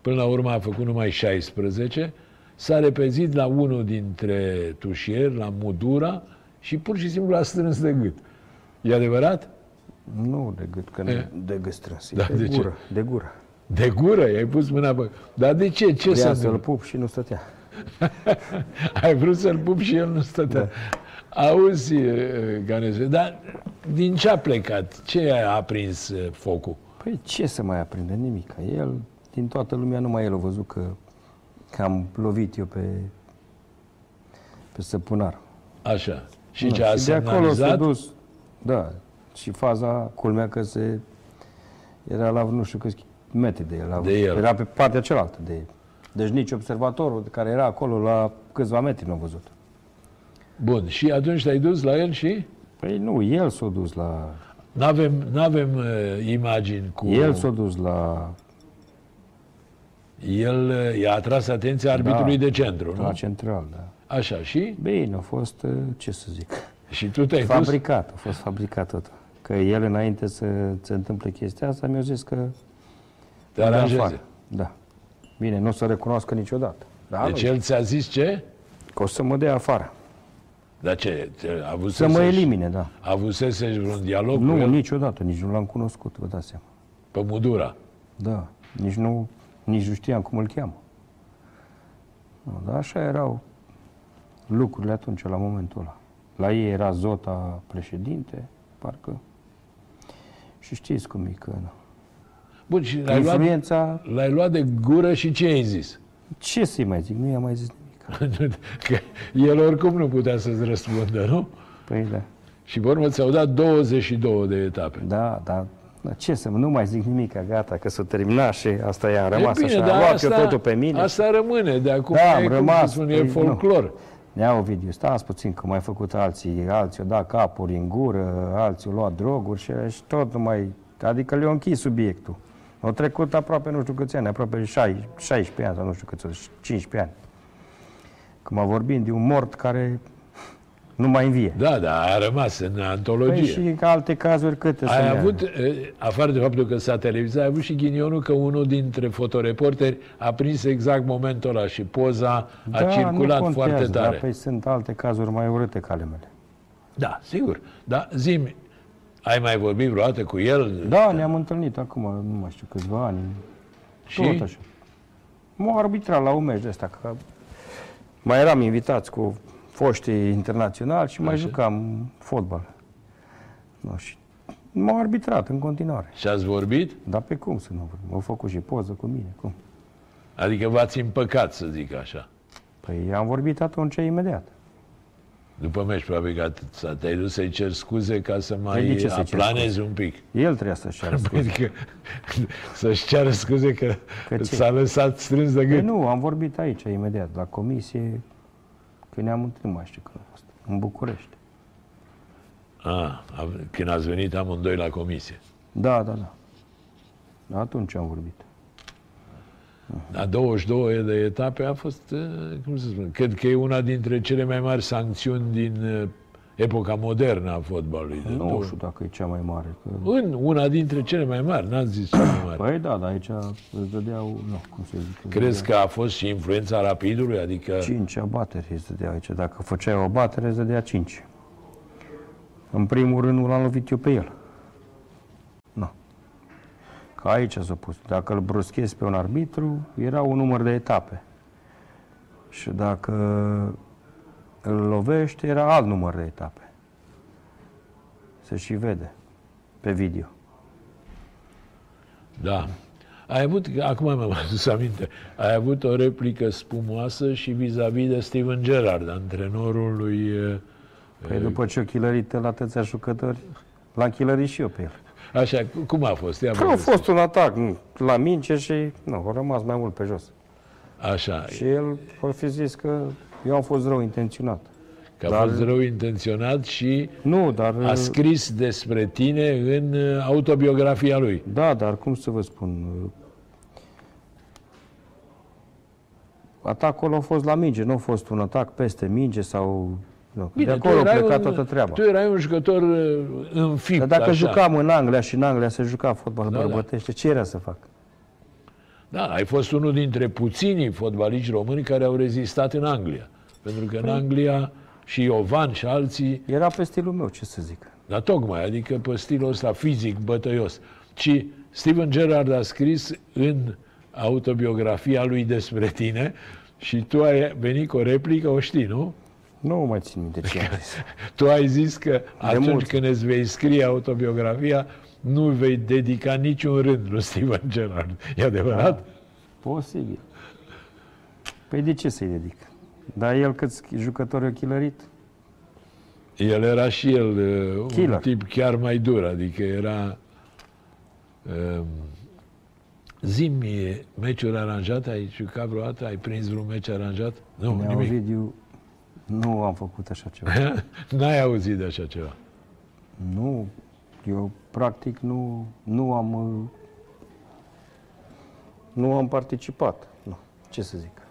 C: până la urmă a făcut numai 16, s-a repezit la unul dintre tușieri, la Mudura, și pur și simplu l-a strâns de gât. E adevărat?
D: Nu de gât, că
C: E.
D: nu de gât strâns. e
C: Da,
D: de,
C: de ce?
D: gură, de gură.
C: De gură, i-ai pus mâna pe... Dar de ce? Ce
D: Vrea
C: se
D: să-l
C: întâmplă?
D: pup și nu stătea.
C: Ai vrut să-l pup și el nu stătea. Da. Auzi, Ganeze, dar din ce a plecat? Ce a aprins eh, focul?
D: Păi ce să mai aprinde? Nimic. El, din toată lumea, numai el a văzut că, că am lovit eu pe, pe săpunar.
C: Așa. Și
D: Da,
C: ce a
D: și de acolo s-a
C: semnalizat?
D: dus. Da. Și faza, culmea că se... Era la nu știu câți metri de el. La,
C: De el.
D: Era pe partea cealaltă de el. Deci nici observatorul care era acolo la câțiva metri nu a văzut.
C: Bun. Și atunci te-ai dus la el și?
D: Păi nu, el s-a dus la...
C: N-avem, n-avem eh, imagini cu...
D: El s-a dus la,
C: El, eh, i-a atras atenția arbitrului
D: Da.
C: de centru, nu?
D: la central, da.
C: Așa, și?
D: Bine, a fost, uh, ce să zic,
C: Și tu te-ai dus?
D: fabricat, a fost fabricat tot. Că el, înainte să se întâmple chestia asta, mi-a zis că...
C: Te aranjeze.
D: afară. Da. Bine, nu o să recunoască niciodată. Da,
C: Deci
D: deci,
C: el ți-a zis ce?
D: că o să mă dea afară.
C: Dar ce? te- Avusese,
D: Să mă elimine, da.
C: Avusese vreun dialog
D: Nu,
C: cu el
D: niciodată, nici nu l-am cunoscut, vă dați seama.
C: pe mudura?
D: Da, nici nu, nici nu știam cum îl cheamă. Nu, dar așa erau lucrurile atunci, la momentul ăla. La ei era Zota președinte, parcă. Și știți cum e că... na.
C: Bun, și l-ai luat,
D: Influența...
C: l-ai luat de gură și ce ai zis?
D: Ce să-i mai zic? Nu i-am mai zis nimic.
C: Că el oricum nu putea să-ți răspundă, nu?
D: Păi da.
C: Și pe urmă ți-au dat 22 de etape.
D: Da, da. Dar ce să nu mai zic nimic, gata, că s-a terminat și asta i-a
C: E
D: rămas așa. Am
C: dar
D: luat eu totul pe mine.
C: Asta rămâne de acum.
D: Da,
C: e
D: am
C: cum
D: rămas,
C: să Spun, e
D: păi, nu.
C: folclor.
D: Nea Ovidiu, stați puțin că mai făcut alții, alții au dat capuri în gură, alții au luat droguri și, și tot nu mai... Adică le-au închis subiectul. Au trecut aproape nu știu câți ani, aproape 16, 16 ani sau nu știu câți, 15 ani. Că mă vorbim de un mort care nu mai învie.
C: Da, da, a rămas în
D: Păi
C: antologie.
D: și alte cazuri câte să
C: Ai
D: meargă?
C: avut, e, afară de faptul că s-a televizat, ai avut și ghinionul că unul dintre fotoreporteri a prins exact momentul ăla și poza a
D: da,
C: circulat
D: nu contează,
C: foarte tare.
D: Dar, păi sunt alte cazuri mai urâte ca ale mele.
C: Da, sigur. Dar zim, ai mai vorbit vreodată cu el?
D: Da, ne-am întâlnit acum, nu mai știu, câțiva ani.
C: Și?
D: Tot așa. M-au arbitrat la un meci de ăsta, că mai eram invitați cu foștii internaționali și mai
C: Așa.
D: jucam fotbal. Nu, și m-au arbitrat în continuare.
C: Și ați vorbit?
D: Dar pe cum să nu vorbim? Au făcut și poză cu mine, cum?
C: Adică v-ați împăcat, să zic așa.
D: Păi am vorbit atunci imediat.
C: După meci, probabil că at- s-a- te-ai dus să-i ceri scuze ca să
D: Păi
C: mai
D: de ce să-i cer
C: aplanezi un pic.
D: El trebuia să-și ceară scuze.
C: Adică să-și ceară scuze că,
D: Că ce?
C: s-a lăsat strâns de
D: Păi
C: gât.
D: nu, am vorbit aici imediat, la comisie, când ne-am întâlnit, mai știu când a fost, în București.
C: A, Ah, am- când ați venit amândoi la comisie.
D: Da, da, da. Atunci am vorbit.
C: La 22 de etape a fost, eh, cum să spun, cred că e una dintre cele mai mari sancțiuni din eh, epoca modernă a fotbalului. De
D: Nu
C: două-
D: știu dacă e cea mai mare. Că...
C: În una dintre cele mai mari, n-ați zis cele mai mari.
D: Păi da, dar aici îți dădeau, nu, cum să zic, îți
C: Crezi că a fost și influența rapidului? Adică,
D: dădeau cinci abateri îți dădeau aici. Dacă făceai o abatere, îți dădea cinci. În primul rând, nu l-am lovit eu pe el. Nu. Că aici s-a pus. Dacă îl bruschezi pe un arbitru, era un număr de etape. Și dacă îl lovești, era alt număr de etape. Se și vede pe video.
C: da. Ai avut, acum mi-am adus aminte, ai avut o replică spumoasă și vis-a-vis de Steven Gerrard, antrenorul lui... eh,
D: Păi după ce o chilărit la atâția jucători, l-am chilărit și eu pe el.
C: Așa, cu- cum a fost? Ia
D: a
C: povestea.
D: fost un atac nu, la mince și nu, a rămas mai mult pe jos.
C: Așa,
D: Și el a fi zis că eu am fost rău intenționat.
C: că a
D: dar-
C: fost rău intenționat și
D: Nu, dar...
C: a scris despre tine în uh, autobiografia lui.
D: Da, dar cum să vă spun... uh, Atacul a fost la minge, nu a fost un atac peste minge sau... Nu. de
C: tu
D: acolo a
C: erai
D: plecat
C: un,
D: toată treaba.
C: Tu erai un jucător uh, înfipt,
D: Dar dacă
C: așa.
D: jucam în Anglia și în Anglia se juca fotbal
C: da.
D: bărbătește, ce era să fac?
C: Da, ai fost unul dintre puținii fotbaliști români care au rezistat în Anglia. Pentru că în Anglia și Iovan și alții,
D: Era pe stilul meu, ce să zic.
C: dar tocmai, adică pe stilul ăsta fizic, bătăios. Ci Steven Gerrard a scris în autobiografia lui despre tine Și tu ai venit cu o replică, o știi, nu?
D: Nu mai țin minte ce am zis.
C: Tu ai zis că atunci
D: mult.
C: când îți vei scrie autobiografia, nu vei dedica niciun rând lui Steven Gerrard. E adevărat?
D: Posibil. Păi de ce să-i dedic? Dar el câți jucători a chilărit?
C: El era și el uh, un
D: Killer.
C: tip chiar mai dur, adică era... Um, Zimi, meciuri aranjate, ai jucat vreodată? Ai prins vreun meci aranjat? Nu,
D: Nea
C: nimic.
D: Ovidiu, nu am făcut așa ceva.
C: N-ai auzit de așa ceva.
D: Nu, eu practic nu, nu am uh, nu am participat. Nu. Ce să zic?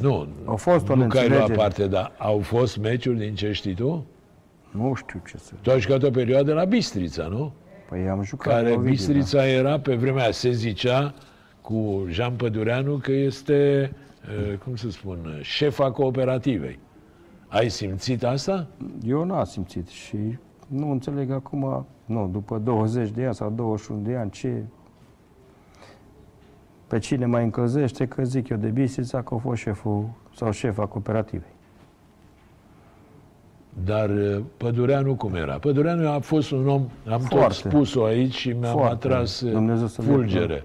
C: Nu,
D: A fost o
C: nu că ai luat
D: neînțelegere.
C: parte, dar au fost meciuri din ce știi tu?
D: Nu știu ce să
C: Tu ai jucat o perioadă la Bistrița, nu?
D: Păi am jucat
C: Care
D: la Ovidiu,
C: Bistrița era pe vremea, aia, se zicea cu Jean Pădureanu că este, eh, cum să spun, șefa cooperativei. Ai simțit asta?
D: da. Eu n-am simțit și nu înțeleg acum, nu, după 20 de ani sau 21 de ani, ce pe cine mai încălzește, că zic eu de Bistrița că a fost șeful sau șefa cooperativei.
C: Dar eh, Pădureanu cum era? Pădureanu a fost un om, am tot
D: Foarte.
C: spus-o aici și mi-am
D: Foarte.
C: atras eh,
D: Dumnezeu să-l ierte.
C: fulgere.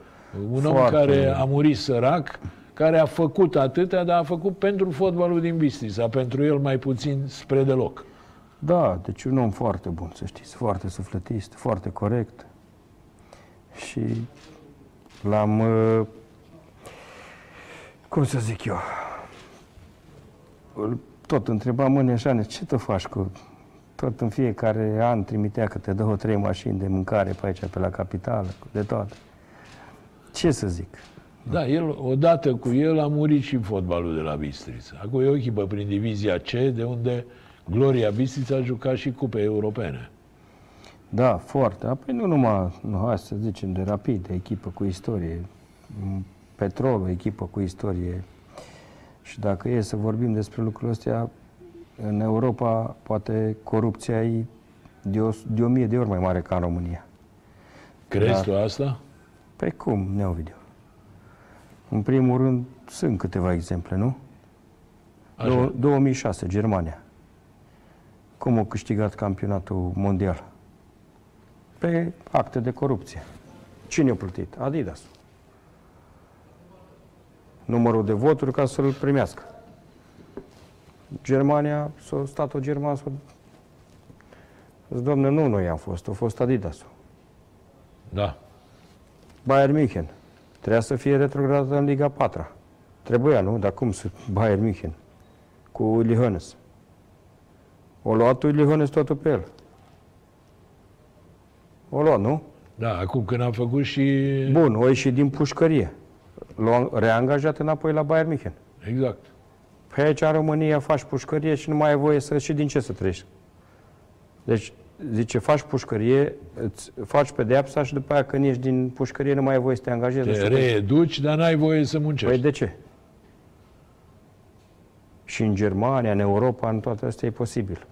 C: Un om
D: Foarte.
C: care a murit sărac, care a făcut atâtea, dar a făcut pentru fotbalul din Bistrița, pentru el mai puțin spre deloc.
D: Da, deci un om foarte bun, să știți, foarte sufletist, foarte corect. Și l-am, uh, cum să zic eu, îl tot întrebam mâine așa, "Ne, ce te faci cu... Tot în fiecare an trimitea câte două, trei mașini de mâncare pe aici, pe la capitală, cu de toate. Ce să zic?
C: Da, el, odată cu el a murit și fotbalul de la Bistrița. Acum e o echipă prin divizia C, de unde Gloria Bistrița a jucat și cupe europene.
D: Da, foarte. A, Păi nu numai, nu, hai să zicem, de rapid, de echipă cu istorie. M, Petrol, o echipă cu istorie. Și dacă e să vorbim despre lucrurile astea, în Europa, poate corupția e de o, de o mie de ori mai mare ca în România.
C: Crezi
D: Da.
C: tu asta?
D: Păi cum, Neovidiu? În primul rând, sunt câteva exemple, nu?
C: Așa.
D: Dou- 2006, Germania. Cum au câștigat campionatul mondial? Pe acte de corupție. Cine a plătit? Adidas. Numărul de voturi ca să-l primească. Germania, s-a- statul german s-a... Zis, Domne, nu noi am fost, a fost Adidas.
C: Da.
D: Bayern München. Trebuia să fie retrogradată în Liga 4 Trebuia, nu? Dar cum să Bayern München? Cu Uli Hoeneß. O luat Uli Hoeneß totul pe el. O luat, nu?
C: Da, acum când am făcut și...
D: Bun, o ieșit din pușcărie. L-a reangajat înapoi la Bayern München.
C: Exact.
D: Pe aici, în România, faci pușcărie și nu mai ai voie să și din ce să treci. Deci, zice, faci pușcărie, îți faci pedeapsa și după aia când ieși din pușcărie nu mai ai voie să te angajezi. Deci, nu
C: Te
D: știu cum.
C: reeduci, dar n-ai voie să muncești.
D: Păi de ce? Și în Germania, în Europa, în toate astea e posibil.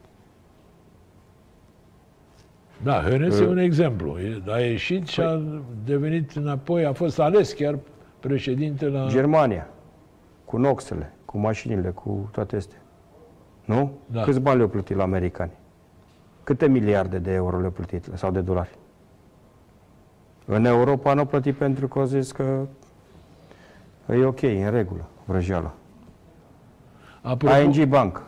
C: Da, Hănes
D: uh,
C: e un exemplu. E- A ieșit și a devenit înapoi, a fost ales chiar președinte la...
D: Germania, cu noxele, cu mașinile, cu toate astea. Nu?
C: Da.
D: Câți bani le-au plătit la americani? Câte miliarde de euro le-au plătit sau de dolari? În Europa nu au plătit pentru că au zis că e ok, e în regulă, vrăjeala.
C: Apropo,
D: ING Bank.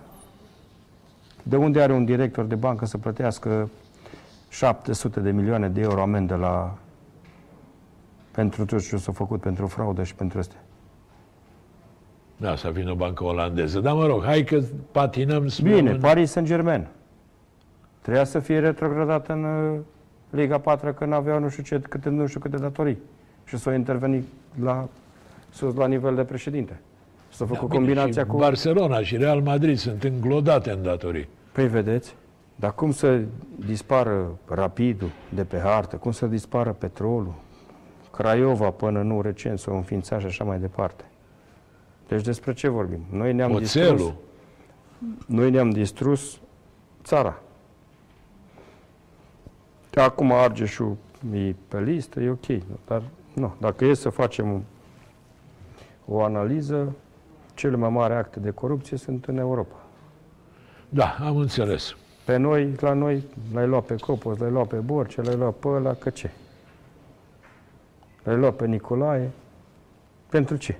D: De unde are un director de bancă să plătească 700 de milioane de euro amendă la pentru tot ce s-a făcut pentru fraudă și pentru astea?
C: Da, să vină o bancă olandeză. Dar mă rog, hai că patinăm spre
D: Bine,
C: un-
D: Paris Saint-Germain. Trebuia să fie retrogradat în uh, Liga 4 când aveau nu știu ce, câte, nu știu câte datorii. Și s-a intervenit la, sus la nivel de președinte. S-a făcut
C: Da, Bine,
D: combinația
C: și
D: cu...
C: Barcelona și Real Madrid sunt înglodate în datorii.
D: Păi vedeți, dar cum să dispară rapidul de pe hartă, cum să dispară petrolul, Craiova până nu recent s-a înființat și așa mai departe. Deci despre ce vorbim? Noi ne-am distrus,
C: Oțelul.
D: noi ne-am distrus țara. Acum Argeșul e pe listă, e ok, dar nu. Dacă e să facem o analiză, cele mai mari acte de corupție sunt în Europa.
C: Da, am înțeles.
D: Pe noi, la noi, l-ai luat pe Copos, l-ai luat pe Borce, l-ai luat pe ăla, că ce? L-ai luat pe Nicolae, pentru ce?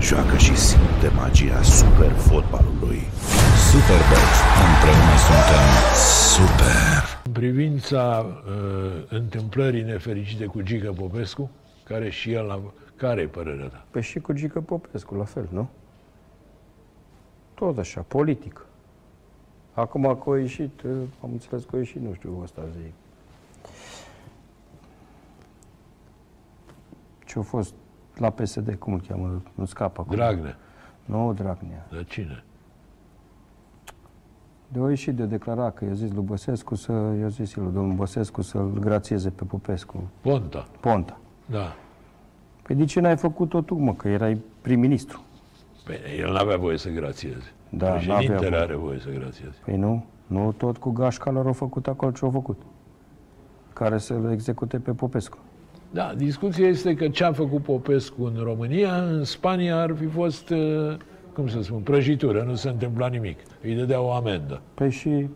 A: Joacă și simte magia super fotbalului.
B: Superbox. Împreună suntem super.
C: În privința uh, întâmplării nefericite cu Gică Popescu, care și el a... Care e părerea ta?
D: Păi și cu Gică Popescu, la fel, nu? Tot așa, politic. Acum că a ieșit, eh, am înțeles că a ieșit, nu știu, ăsta zi. Ce-a fost la PSD, cum îl cheamă, nu scap acum.
C: Dragnea.
D: Nu, Dragnea.
C: Dar cine?
D: De o ieșit de declara că i-a zis lui Băsescu să, i-a zis el, lui domnul Băsescu să-l grațieze pe Popescu,
C: Ponta.
D: Ponta.
C: Da.
D: Păi de ce n-ai făcut-o tu, mă, că erai prim-ministru?
C: Bine, el n-avea voie să grațieze.
D: Da, n-avea
C: Președintele
D: voie.
C: are voie să grațieze.
D: Păi nu, nu tot cu gașca lor au făcut acolo ce au făcut. Care să-l execute pe Popescu.
C: Da, discuția este că ce a făcut Popescu în România, în Spania ar fi fost, uh, cum să spun, prăjitură, nu se întâmpla nimic. Îi dădea o amendă.
D: Păi și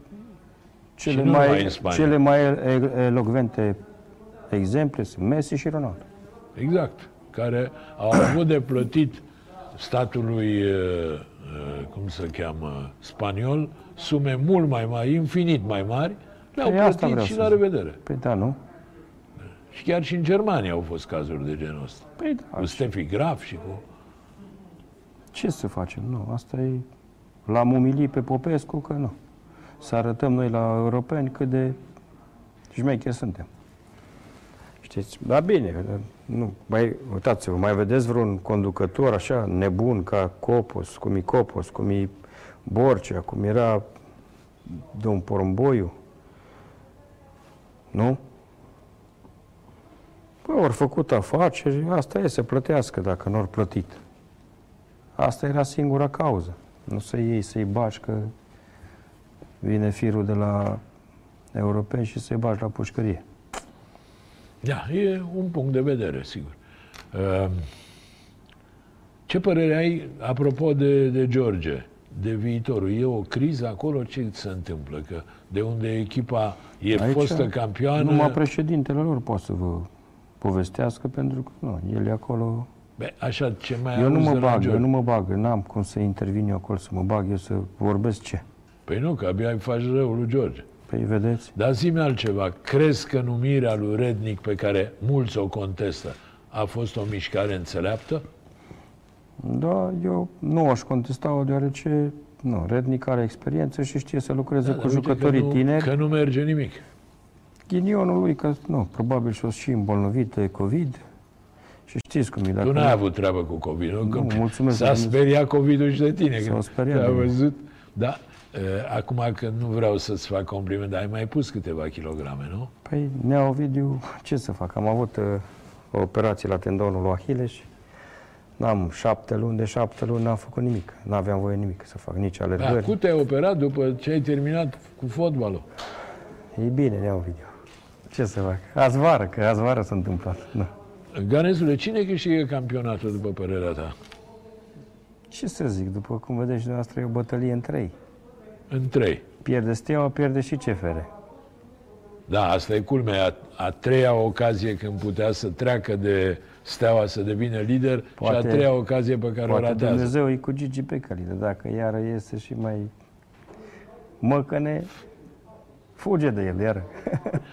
D: cele,
C: nu numai în
D: mai,
C: Spania.
D: cele mai el- elocvente exemple sunt Messi și Ronaldo.
C: Exact. Care au avut de plătit statului, uh, uh, cum se cheamă, spaniol, sume mult mai mari, infinit mai mari, le-au
D: Păi asta
C: plătit
D: vreau
C: și
D: să
C: la
D: zic.
C: revedere.
D: Păi da, nu?
C: Și chiar și în Germania au fost cazuri de genul ăsta.
D: Păi da,
C: Cu Steffi Graf și cu...
D: ce să facem? Nu, asta e... L-am umilit pe Popescu că nu. Să arătăm noi la europeni cât de șmecheri suntem. Știți? Dar bine, dar nu. Mai, uitați-vă, mai vedeți vreun conducător așa nebun ca Copos, cum e Copos, cum e Borcea, cum era domn Porumboiu? Nu? Păi, ori făcut afaceri, asta e, să plătească dacă nu ori plătit. Asta era singura cauză. Nu să iei, să-i bași că vine firul de la europeni și să-i bași la pușcărie.
C: Da, e un punct de vedere, sigur. Uh, Ce părere ai, apropo de, de George, de viitorul? E o criză acolo? Ce se întâmplă? Că de unde echipa e Aici,
D: Aici,
C: fostă campioană...
D: Numai președintele lor poate să vă povestească, pentru că nu, el e acolo...
C: Bă, așa, ce mai
D: eu nu
C: auzi
D: mă
C: de la
D: bag, eu
C: George?
D: nu mă bag, n-am cum să intervin eu acolo, să mă bag, eu să vorbesc ce.
C: Păi nu, că abia îi faci rău lui George.
D: Păi vedeți,
C: Dar zi-mi altceva. Crezi că numirea lui Rednic, pe care mulți o contestă, a fost o mișcare înțeleaptă?
D: da, eu nu aș contesta-o deoarece, nu, Rednic are experiență și știe să lucreze
C: Da, Dar
D: Da, cu
C: uite că
D: jucătorii
C: nu,
D: tineri. Da,
C: Că nu merge nimic.
D: Ghinionul lui, că nu, probabil și-o și îmbolnăvit de COVID. Și știți cum e, dacă
C: Tu n-ai avut treabă cu covid nu? Că
D: mulțumesc,
C: S-a
D: dar nu-
C: speriat covid și de tine.
D: S-a
C: că
D: speriat
C: Te-a
D: de mine.
C: văzut. Da. E, Acum că nu vreau să-ți fac compliment, dar ai mai pus câteva kilograme, nu?
D: Păi, Nea Ovidiu, ce să fac? Am avut uh, o operație la tendonul lui Ahile și n-am șapte luni, de șapte luni n-am făcut nimic. N-aveam voie nimic să fac, nici
C: Da,
D: alergări.
C: cu te-ai operat după ce ai terminat cu fotbalul.
D: E bine, Nea Ovidiu. Ce să fac? Azi vară, că azi vară s-a întâmplat. Da.
C: Ganezule, cine câștigă campionatul după părerea ta?
D: Ce să zic, după cum vedeți și dumneavoastră, e o bătălie în trei.
C: În trei.
D: Pierde Steaua, pierde și CFR.
C: Da, asta e culmea. A, a treia ocazie când putea să treacă de steaua să devină lider și
D: Poate-
C: a treia ocazie pe care o
D: Poate
C: ratează.
D: Dumnezeu e cu Gigi Becălile, dacă iară iese și mai măcăne, fuge de el iară.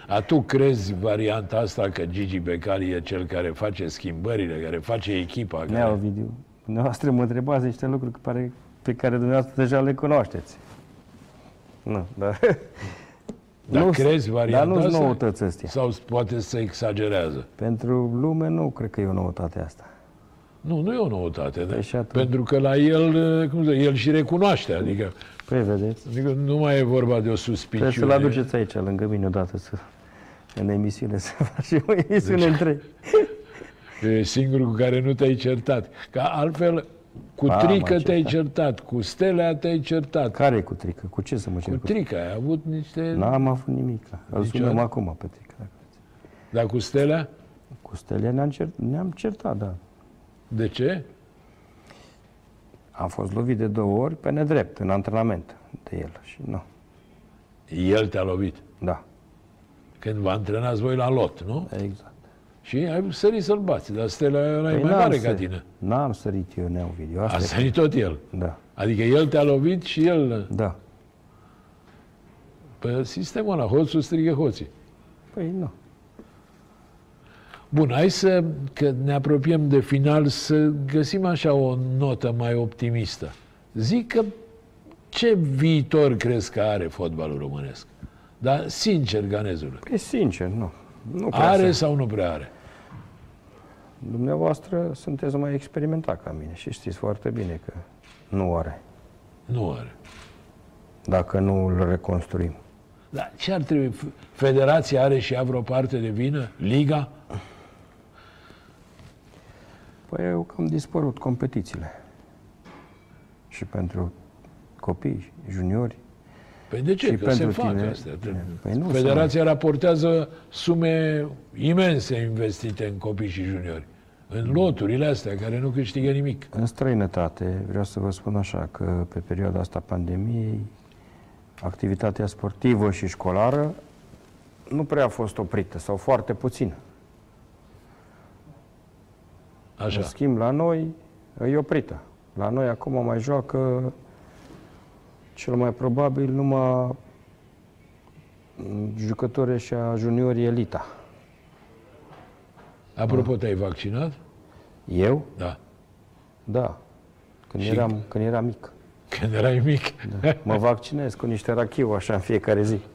C: A, tu crezi varianta asta că Gigi Becali e cel care face schimbările, care face echipa? Care...
D: Nea Ovidiu, dumneavoastră mă întrebați niște lucruri pe care, pe care dumneavoastră deja le cunoașteți. Nu, dar...
C: Dar crezi varianta
D: Dar nu
C: asta?
D: sunt noutăți astea.
C: Sau s- poate să exagerează?
D: Pentru lume nu cred că e o noutate asta.
C: Nu, nu e o noutate. Da?
D: Păi și atunci.
C: Pentru că la el, cum să, el și recunoaște, adică,
D: Păi vedeți,
C: adică nu mai e vorba de o suspiciune.
D: trebuie să-l aduceți aici, lângă mine odată, să, în emisiune, să facem o
C: Deci-
D: emisiune între...
C: E singurul cu care nu te-ai certat. Că altfel, Cu
D: Ba,
C: Trică
D: mă, ce
C: te-ai
D: fac.
C: certat, cu Stelea te-ai certat.
D: Care e cu trică? Cu ce să mă cer
C: Cu
D: cu trică?
C: Trică ai avut niște...
D: N-am avut nimic. Îl sunăm acum pe trică. dacă vreți.
C: Dar cu Stelea?
D: Cu stele ne-am, cer- ne-am certat, da.
C: De ce?
D: Am fost lovit de două ori pe nedrept, în antrenament de el. Și nu,
C: El te-a lovit.
D: da,
C: Când vă antrenați voi la lot, nu?
D: exact.
C: Și ai sărit să-l bați, dar Stelea era
D: Păi
C: mai
D: n-am
C: mare ca
D: sărit.
C: tine.
D: N-am sărit eu, ne-au video.
C: A
D: Asta e.
C: sărit tot el.
D: Da,
C: Adică el te-a lovit și el...
D: da.
C: Pe sistemul ăla, hoțul strigă hoții.
D: Păi nu.
C: Bun, hai să, că ne apropiem de final, să găsim așa o notă mai optimistă. Zic că ce viitor crezi că are fotbalul românesc? Dar sincer, Ganezule,
D: Păi sincer, nu. Nu prea
C: are
D: să-
C: sau nu prea are?
D: Dumneavoastră sunteți mai experimentat ca mine și știți foarte bine că nu are.
C: Nu are.
D: Dacă nu îl reconstruim.
C: Dar ce ar trebui? Federația are și ea vreo parte de vină? Liga?
D: Păi au cam dispărut competițiile. Și pentru copii, juniori.
C: Păi de ce?
D: Și
C: că se
D: pentru
C: fac
D: tine-
C: astea.
D: Păi nu,
C: Federația raportează sume imense investite în copii și juniori. În loturile astea, care nu câștigă nimic.
D: În străinătate, vreau să vă spun așa, că pe perioada asta a pandemiei, activitatea sportivă și școlară nu prea a fost oprită sau foarte puțină.
C: Așa.
D: În schimb, la noi e oprită. La noi acum mai joacă cel mai probabil numai m, jucătorii și a juniorii elita. Ah.
C: Apropo, te-ai vaccinat?
D: Eu?
C: Da.
D: Da. Când,
C: Și-
D: eram, când eram mic.
C: Când erai mic.
D: Mă vaccinez cu niște rachiu așa în fiecare zi.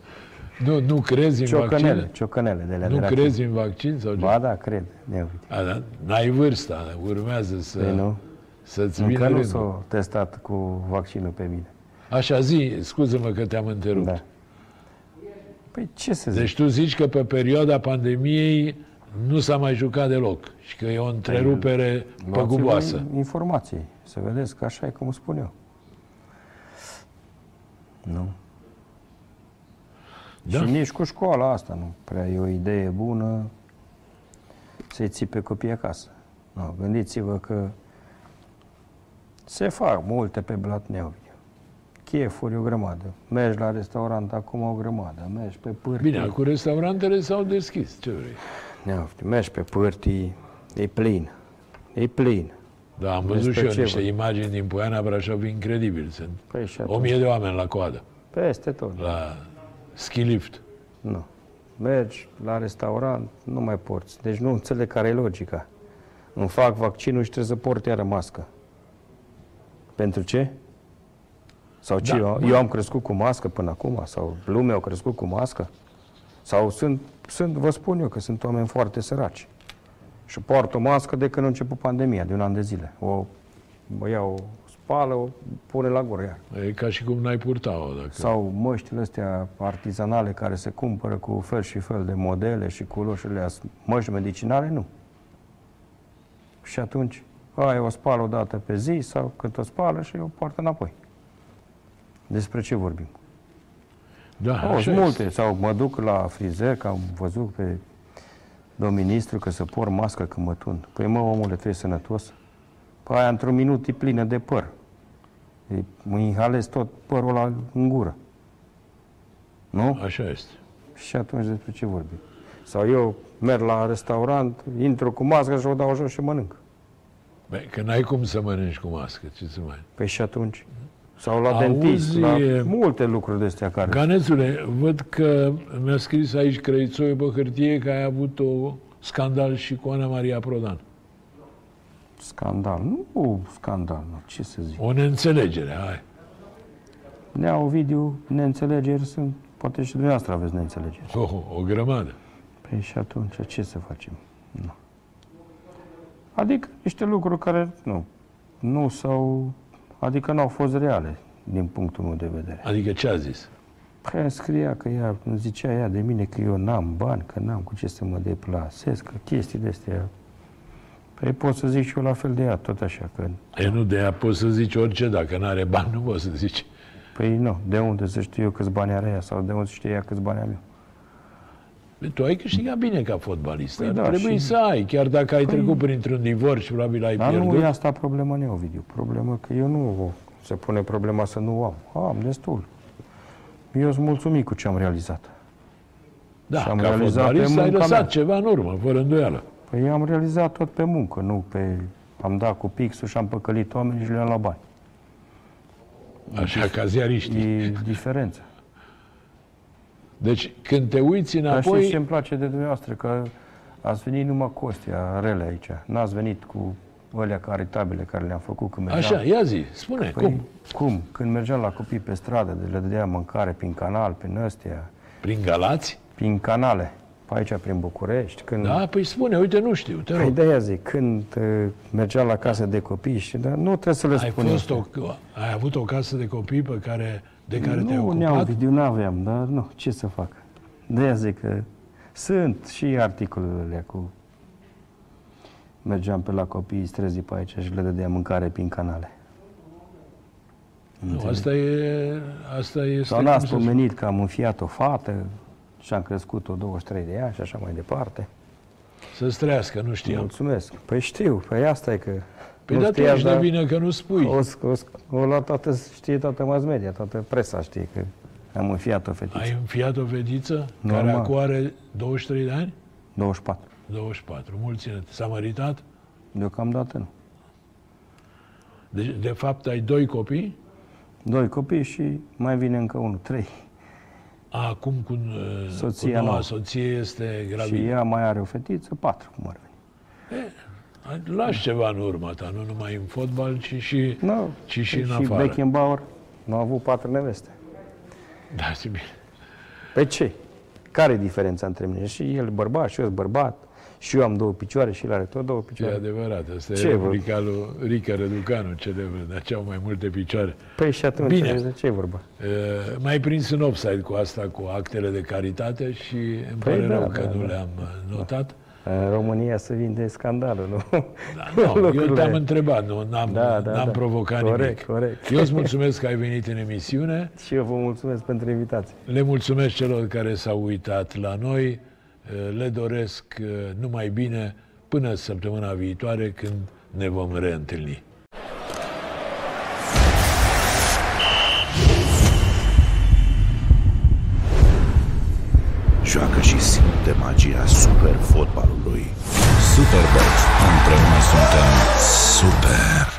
C: Nu, nu crezi în
D: Ciocănele,
C: vaccin?
D: ciocănele de la
C: Nu
D: de rachiu.
C: crezi în vaccin? Sau ce?
D: Ba da, cred. Ne uite.
C: A, da? N-ai vârsta, urmează să,
D: Păi nu.
C: să-ți vină
D: Încă nu
C: rândul.
D: s-au testat cu vaccinul pe mine.
C: Așa zi, scuză-mă că te-am întrerupt.
D: Da. Păi ce să zic?
C: Deci tu zici că pe perioada pandemiei nu s-a mai jucat deloc și că e o întrerupere
D: Luați-vă
C: păguboasă.
D: informații. Să vedeți că așa e cum spun eu. Nu?
C: Da.
D: Da. Și nici cu școala asta nu prea e o idee bună să-i ții pe copii acasă. Nu, gândiți-vă că se fac multe pe Blatneau. Chefuri o grămadă. Mergi la restaurant acum o grămadă. Mergi pe pârtii.
C: Bine, acum restaurantele s-au deschis, ce vrei.
D: Neafti. Mergi pe pârtii. E plin. E plin.
C: Da, am văzut
D: Despre
C: și eu
D: ce
C: niște
D: vorbi?
C: imagini din Poiana Brașov incredibil. Sunt
D: Păi și
C: o
D: atunci.
C: mie de oameni la coadă,
D: Peste tot.
C: la ski lift.
D: Nu. Mergi la restaurant, nu mai porți. Deci nu înțeleg care e logica. Îmi fac vaccinul și trebuie să port iară mască. Pentru ce? Sau ce?
C: Da,
D: eu, eu am crescut cu mască până acum? Sau lumea au crescut cu mască? Sau sunt, sunt, vă spun eu că sunt oameni foarte săraci. Și port o mască de când a început pandemia, de un an de zile. O, o iau, o spală, o pune la gură iar.
C: E ca și cum n-ai purta-o. Dacă...
D: Sau măștile astea artizanale care se cumpără cu fel și fel de modele și culoșurile astea, măști medicinale, nu. Și atunci, aia o spală o dată pe zi sau când o spală și o poartă înapoi. Despre ce vorbim?
C: Da,
D: Au,
C: așa
D: Oh, sunt
C: este.
D: multe. Sau mă duc la frizer, că am văzut pe domn ministru că să por mască când mă tund. Păi mă, omule, tu ești sănătos? Păi aia într-un minut e plină de păr. E- Mă inhalez tot părul ăla în gură. Nu?
C: Așa este.
D: Și atunci despre ce vorbim? Sau eu merg la restaurant, intru cu mască și o dau jos și mănânc.
C: Bă, că n-ai cum să mănânci cu mască, ce să mai...
D: Păi și atunci? Sau la
C: Auzi,
D: dentist, la
C: e-
D: multe lucruri de astea care...
C: Ganețule, văd că mi-a scris aici Crăițoiu pe hârtie că ai avut o scandal și cu Ana Maria Prodan.
D: Scandal. Nu, scandal, nu. ce să zic.
C: O neînțelegere, hai.
D: Nea Ovidiu, neînțelegeri sunt, poate și dumneavoastră aveți neînțelegeri.
C: O, o grămadă.
D: Păi și atunci ce să facem? Nu. Adică niște lucruri care nu, nu s-au, adică nu au fost reale din punctul meu de vedere.
C: Adică ce a zis?
D: Păi îmi scria că ea, îmi zicea ea de mine că eu n-am bani, că n-am cu ce să mă deplasez, că chestii de astea. Păi pot să zic și eu la fel de ea, tot așa, că...
C: E, nu, de aia poți să zici orice, dacă nu are bani, nu poți să zici.
D: Păi nu, de unde să știu eu câți bani are ea sau de unde să știe ea câți bani am eu?
C: Tu ai câștigat bine ca fotbalist,
D: Păi
C: păi
D: da,
C: da, trebuie
D: și- Păi-
C: să ai, chiar dacă ai trecut printr-un divorț și probabil ai
D: Dar nu
C: pierdut.
D: e asta problema mea, Ovidiu. Problema că eu nu o- se pune problema să nu o am. Am destul. Eu sunt mulțumit cu ce am realizat.
C: da,
D: și am
C: ca
D: realizat
C: fotbalist
D: pe
C: ai
D: munca
C: lăsat
D: mea.
C: ceva în urmă, fără îndoială.
D: Păi eu am realizat tot pe muncă, nu pe... Am dat cu pixul și am păcălit oameni și le-am la bani.
C: Așa, ca ziariștii.
D: E diferența.
C: Deci, când te uiți
D: Dar
C: înapoi...
D: știți ce îmi place de dumneavoastră? Că ați venit numai cu astea rele aici. N-ați venit cu alea caritabile care le-am făcut când mergeam.
C: Așa, ia zi, spune,
D: Da. Păi,
C: cum?
D: cum? cum? Când mergeam la copii pe stradă, de le dădeam mâncare prin canal, prin ăstea,
C: Prin Galați?
D: prin canale, pe aici, prin București. Când,
C: Da, păi spune, uite, nu știu, te
D: Păi
C: rog.
D: de aia zic, când uh, mergeam la casă de copii și dar nu trebuie să le
C: Ai,
D: spun.
C: fost o, ai avut o casă de copii pe care, de care te-ai
D: nu,
C: ocupat?
D: ne-au video, nu aveam, dar nu, ce să fac? De aia zic că sunt și articolele alea cu... Mergeam pe la copiii străzi pe aici și le dădeam mâncare prin canale.
C: nu, asta e... Asta este,
D: Sau n-ați
C: cum să spun,
D: pomenit că am înfiat o fată și am crescut-o 23 de ani și așa mai departe.
C: să-ți trăiască, nu știam.
D: Mulțumesc. Păi știu, păi asta e că...
C: Păi
D: nu
C: de
D: știați,
C: atunci de
D: dar
C: vină că nu spui.
D: O, sc- o, sc- o luat toată, știe toată mass media, toată presa știe că am înfiat o fetiță.
C: Ai înfiat o fetiță care
D: Normal.
C: acum are 23 de ani?
D: 24.
C: 24. Mulți ține. S-a măritat?
D: Deocamdată nu.
C: Deci, de fapt, ai doi copii?
D: Doi copii și mai vine încă unul, trei.
C: Acum cu, uh,
D: Soția
C: cu noua
D: nouă.
C: soție este
D: Și
C: gravidă.
D: ea mai are o fetiță, patru, cum ar veni.
C: Lași ceva în urma ta, nu numai în fotbal, ci și...
D: Nu,
C: Ci Da. și în
D: Da. și
C: afară.
D: Beckenbauer nu a avut patru neveste.
C: Da, zi bine.
D: Pe ce? Care e diferența între mine? Și el e bărbat, și eu sunt bărbat, și eu am două picioare și el are tot două
C: E
D: picioare.
C: adevărat, asta
D: Da. Ce
C: e
D: vă-
C: replica lui Rica Răducanu, celebră, dar ce au mai multe picioare.
D: Păi și atunci,
C: Bine.
D: de ce e vorba?
C: Uh, mai prins în offside cu asta, cu actele de caritate și îmi
D: Păi
C: pare
D: da,
C: rău
D: da,
C: că nu
D: da.
C: le-am uh, notat.
D: În România se vinde scandalul, nu?
C: Da, nu, eu te-am întrebat, nu, n-am,
D: Da, da,
C: n-am
D: da.
C: provocat
D: Corect,
C: nimic.
D: corect.
C: Eu îți mulțumesc că ai venit în emisiune.
D: Și eu vă mulțumesc pentru invitație.
C: Le mulțumesc celor care s-au uitat la noi. Le doresc uh, numai bine până săptămâna viitoare când ne vom reîntâlni.
A: Joacă și simte magia super fotbalului.
B: Superbet. Împreună suntem super.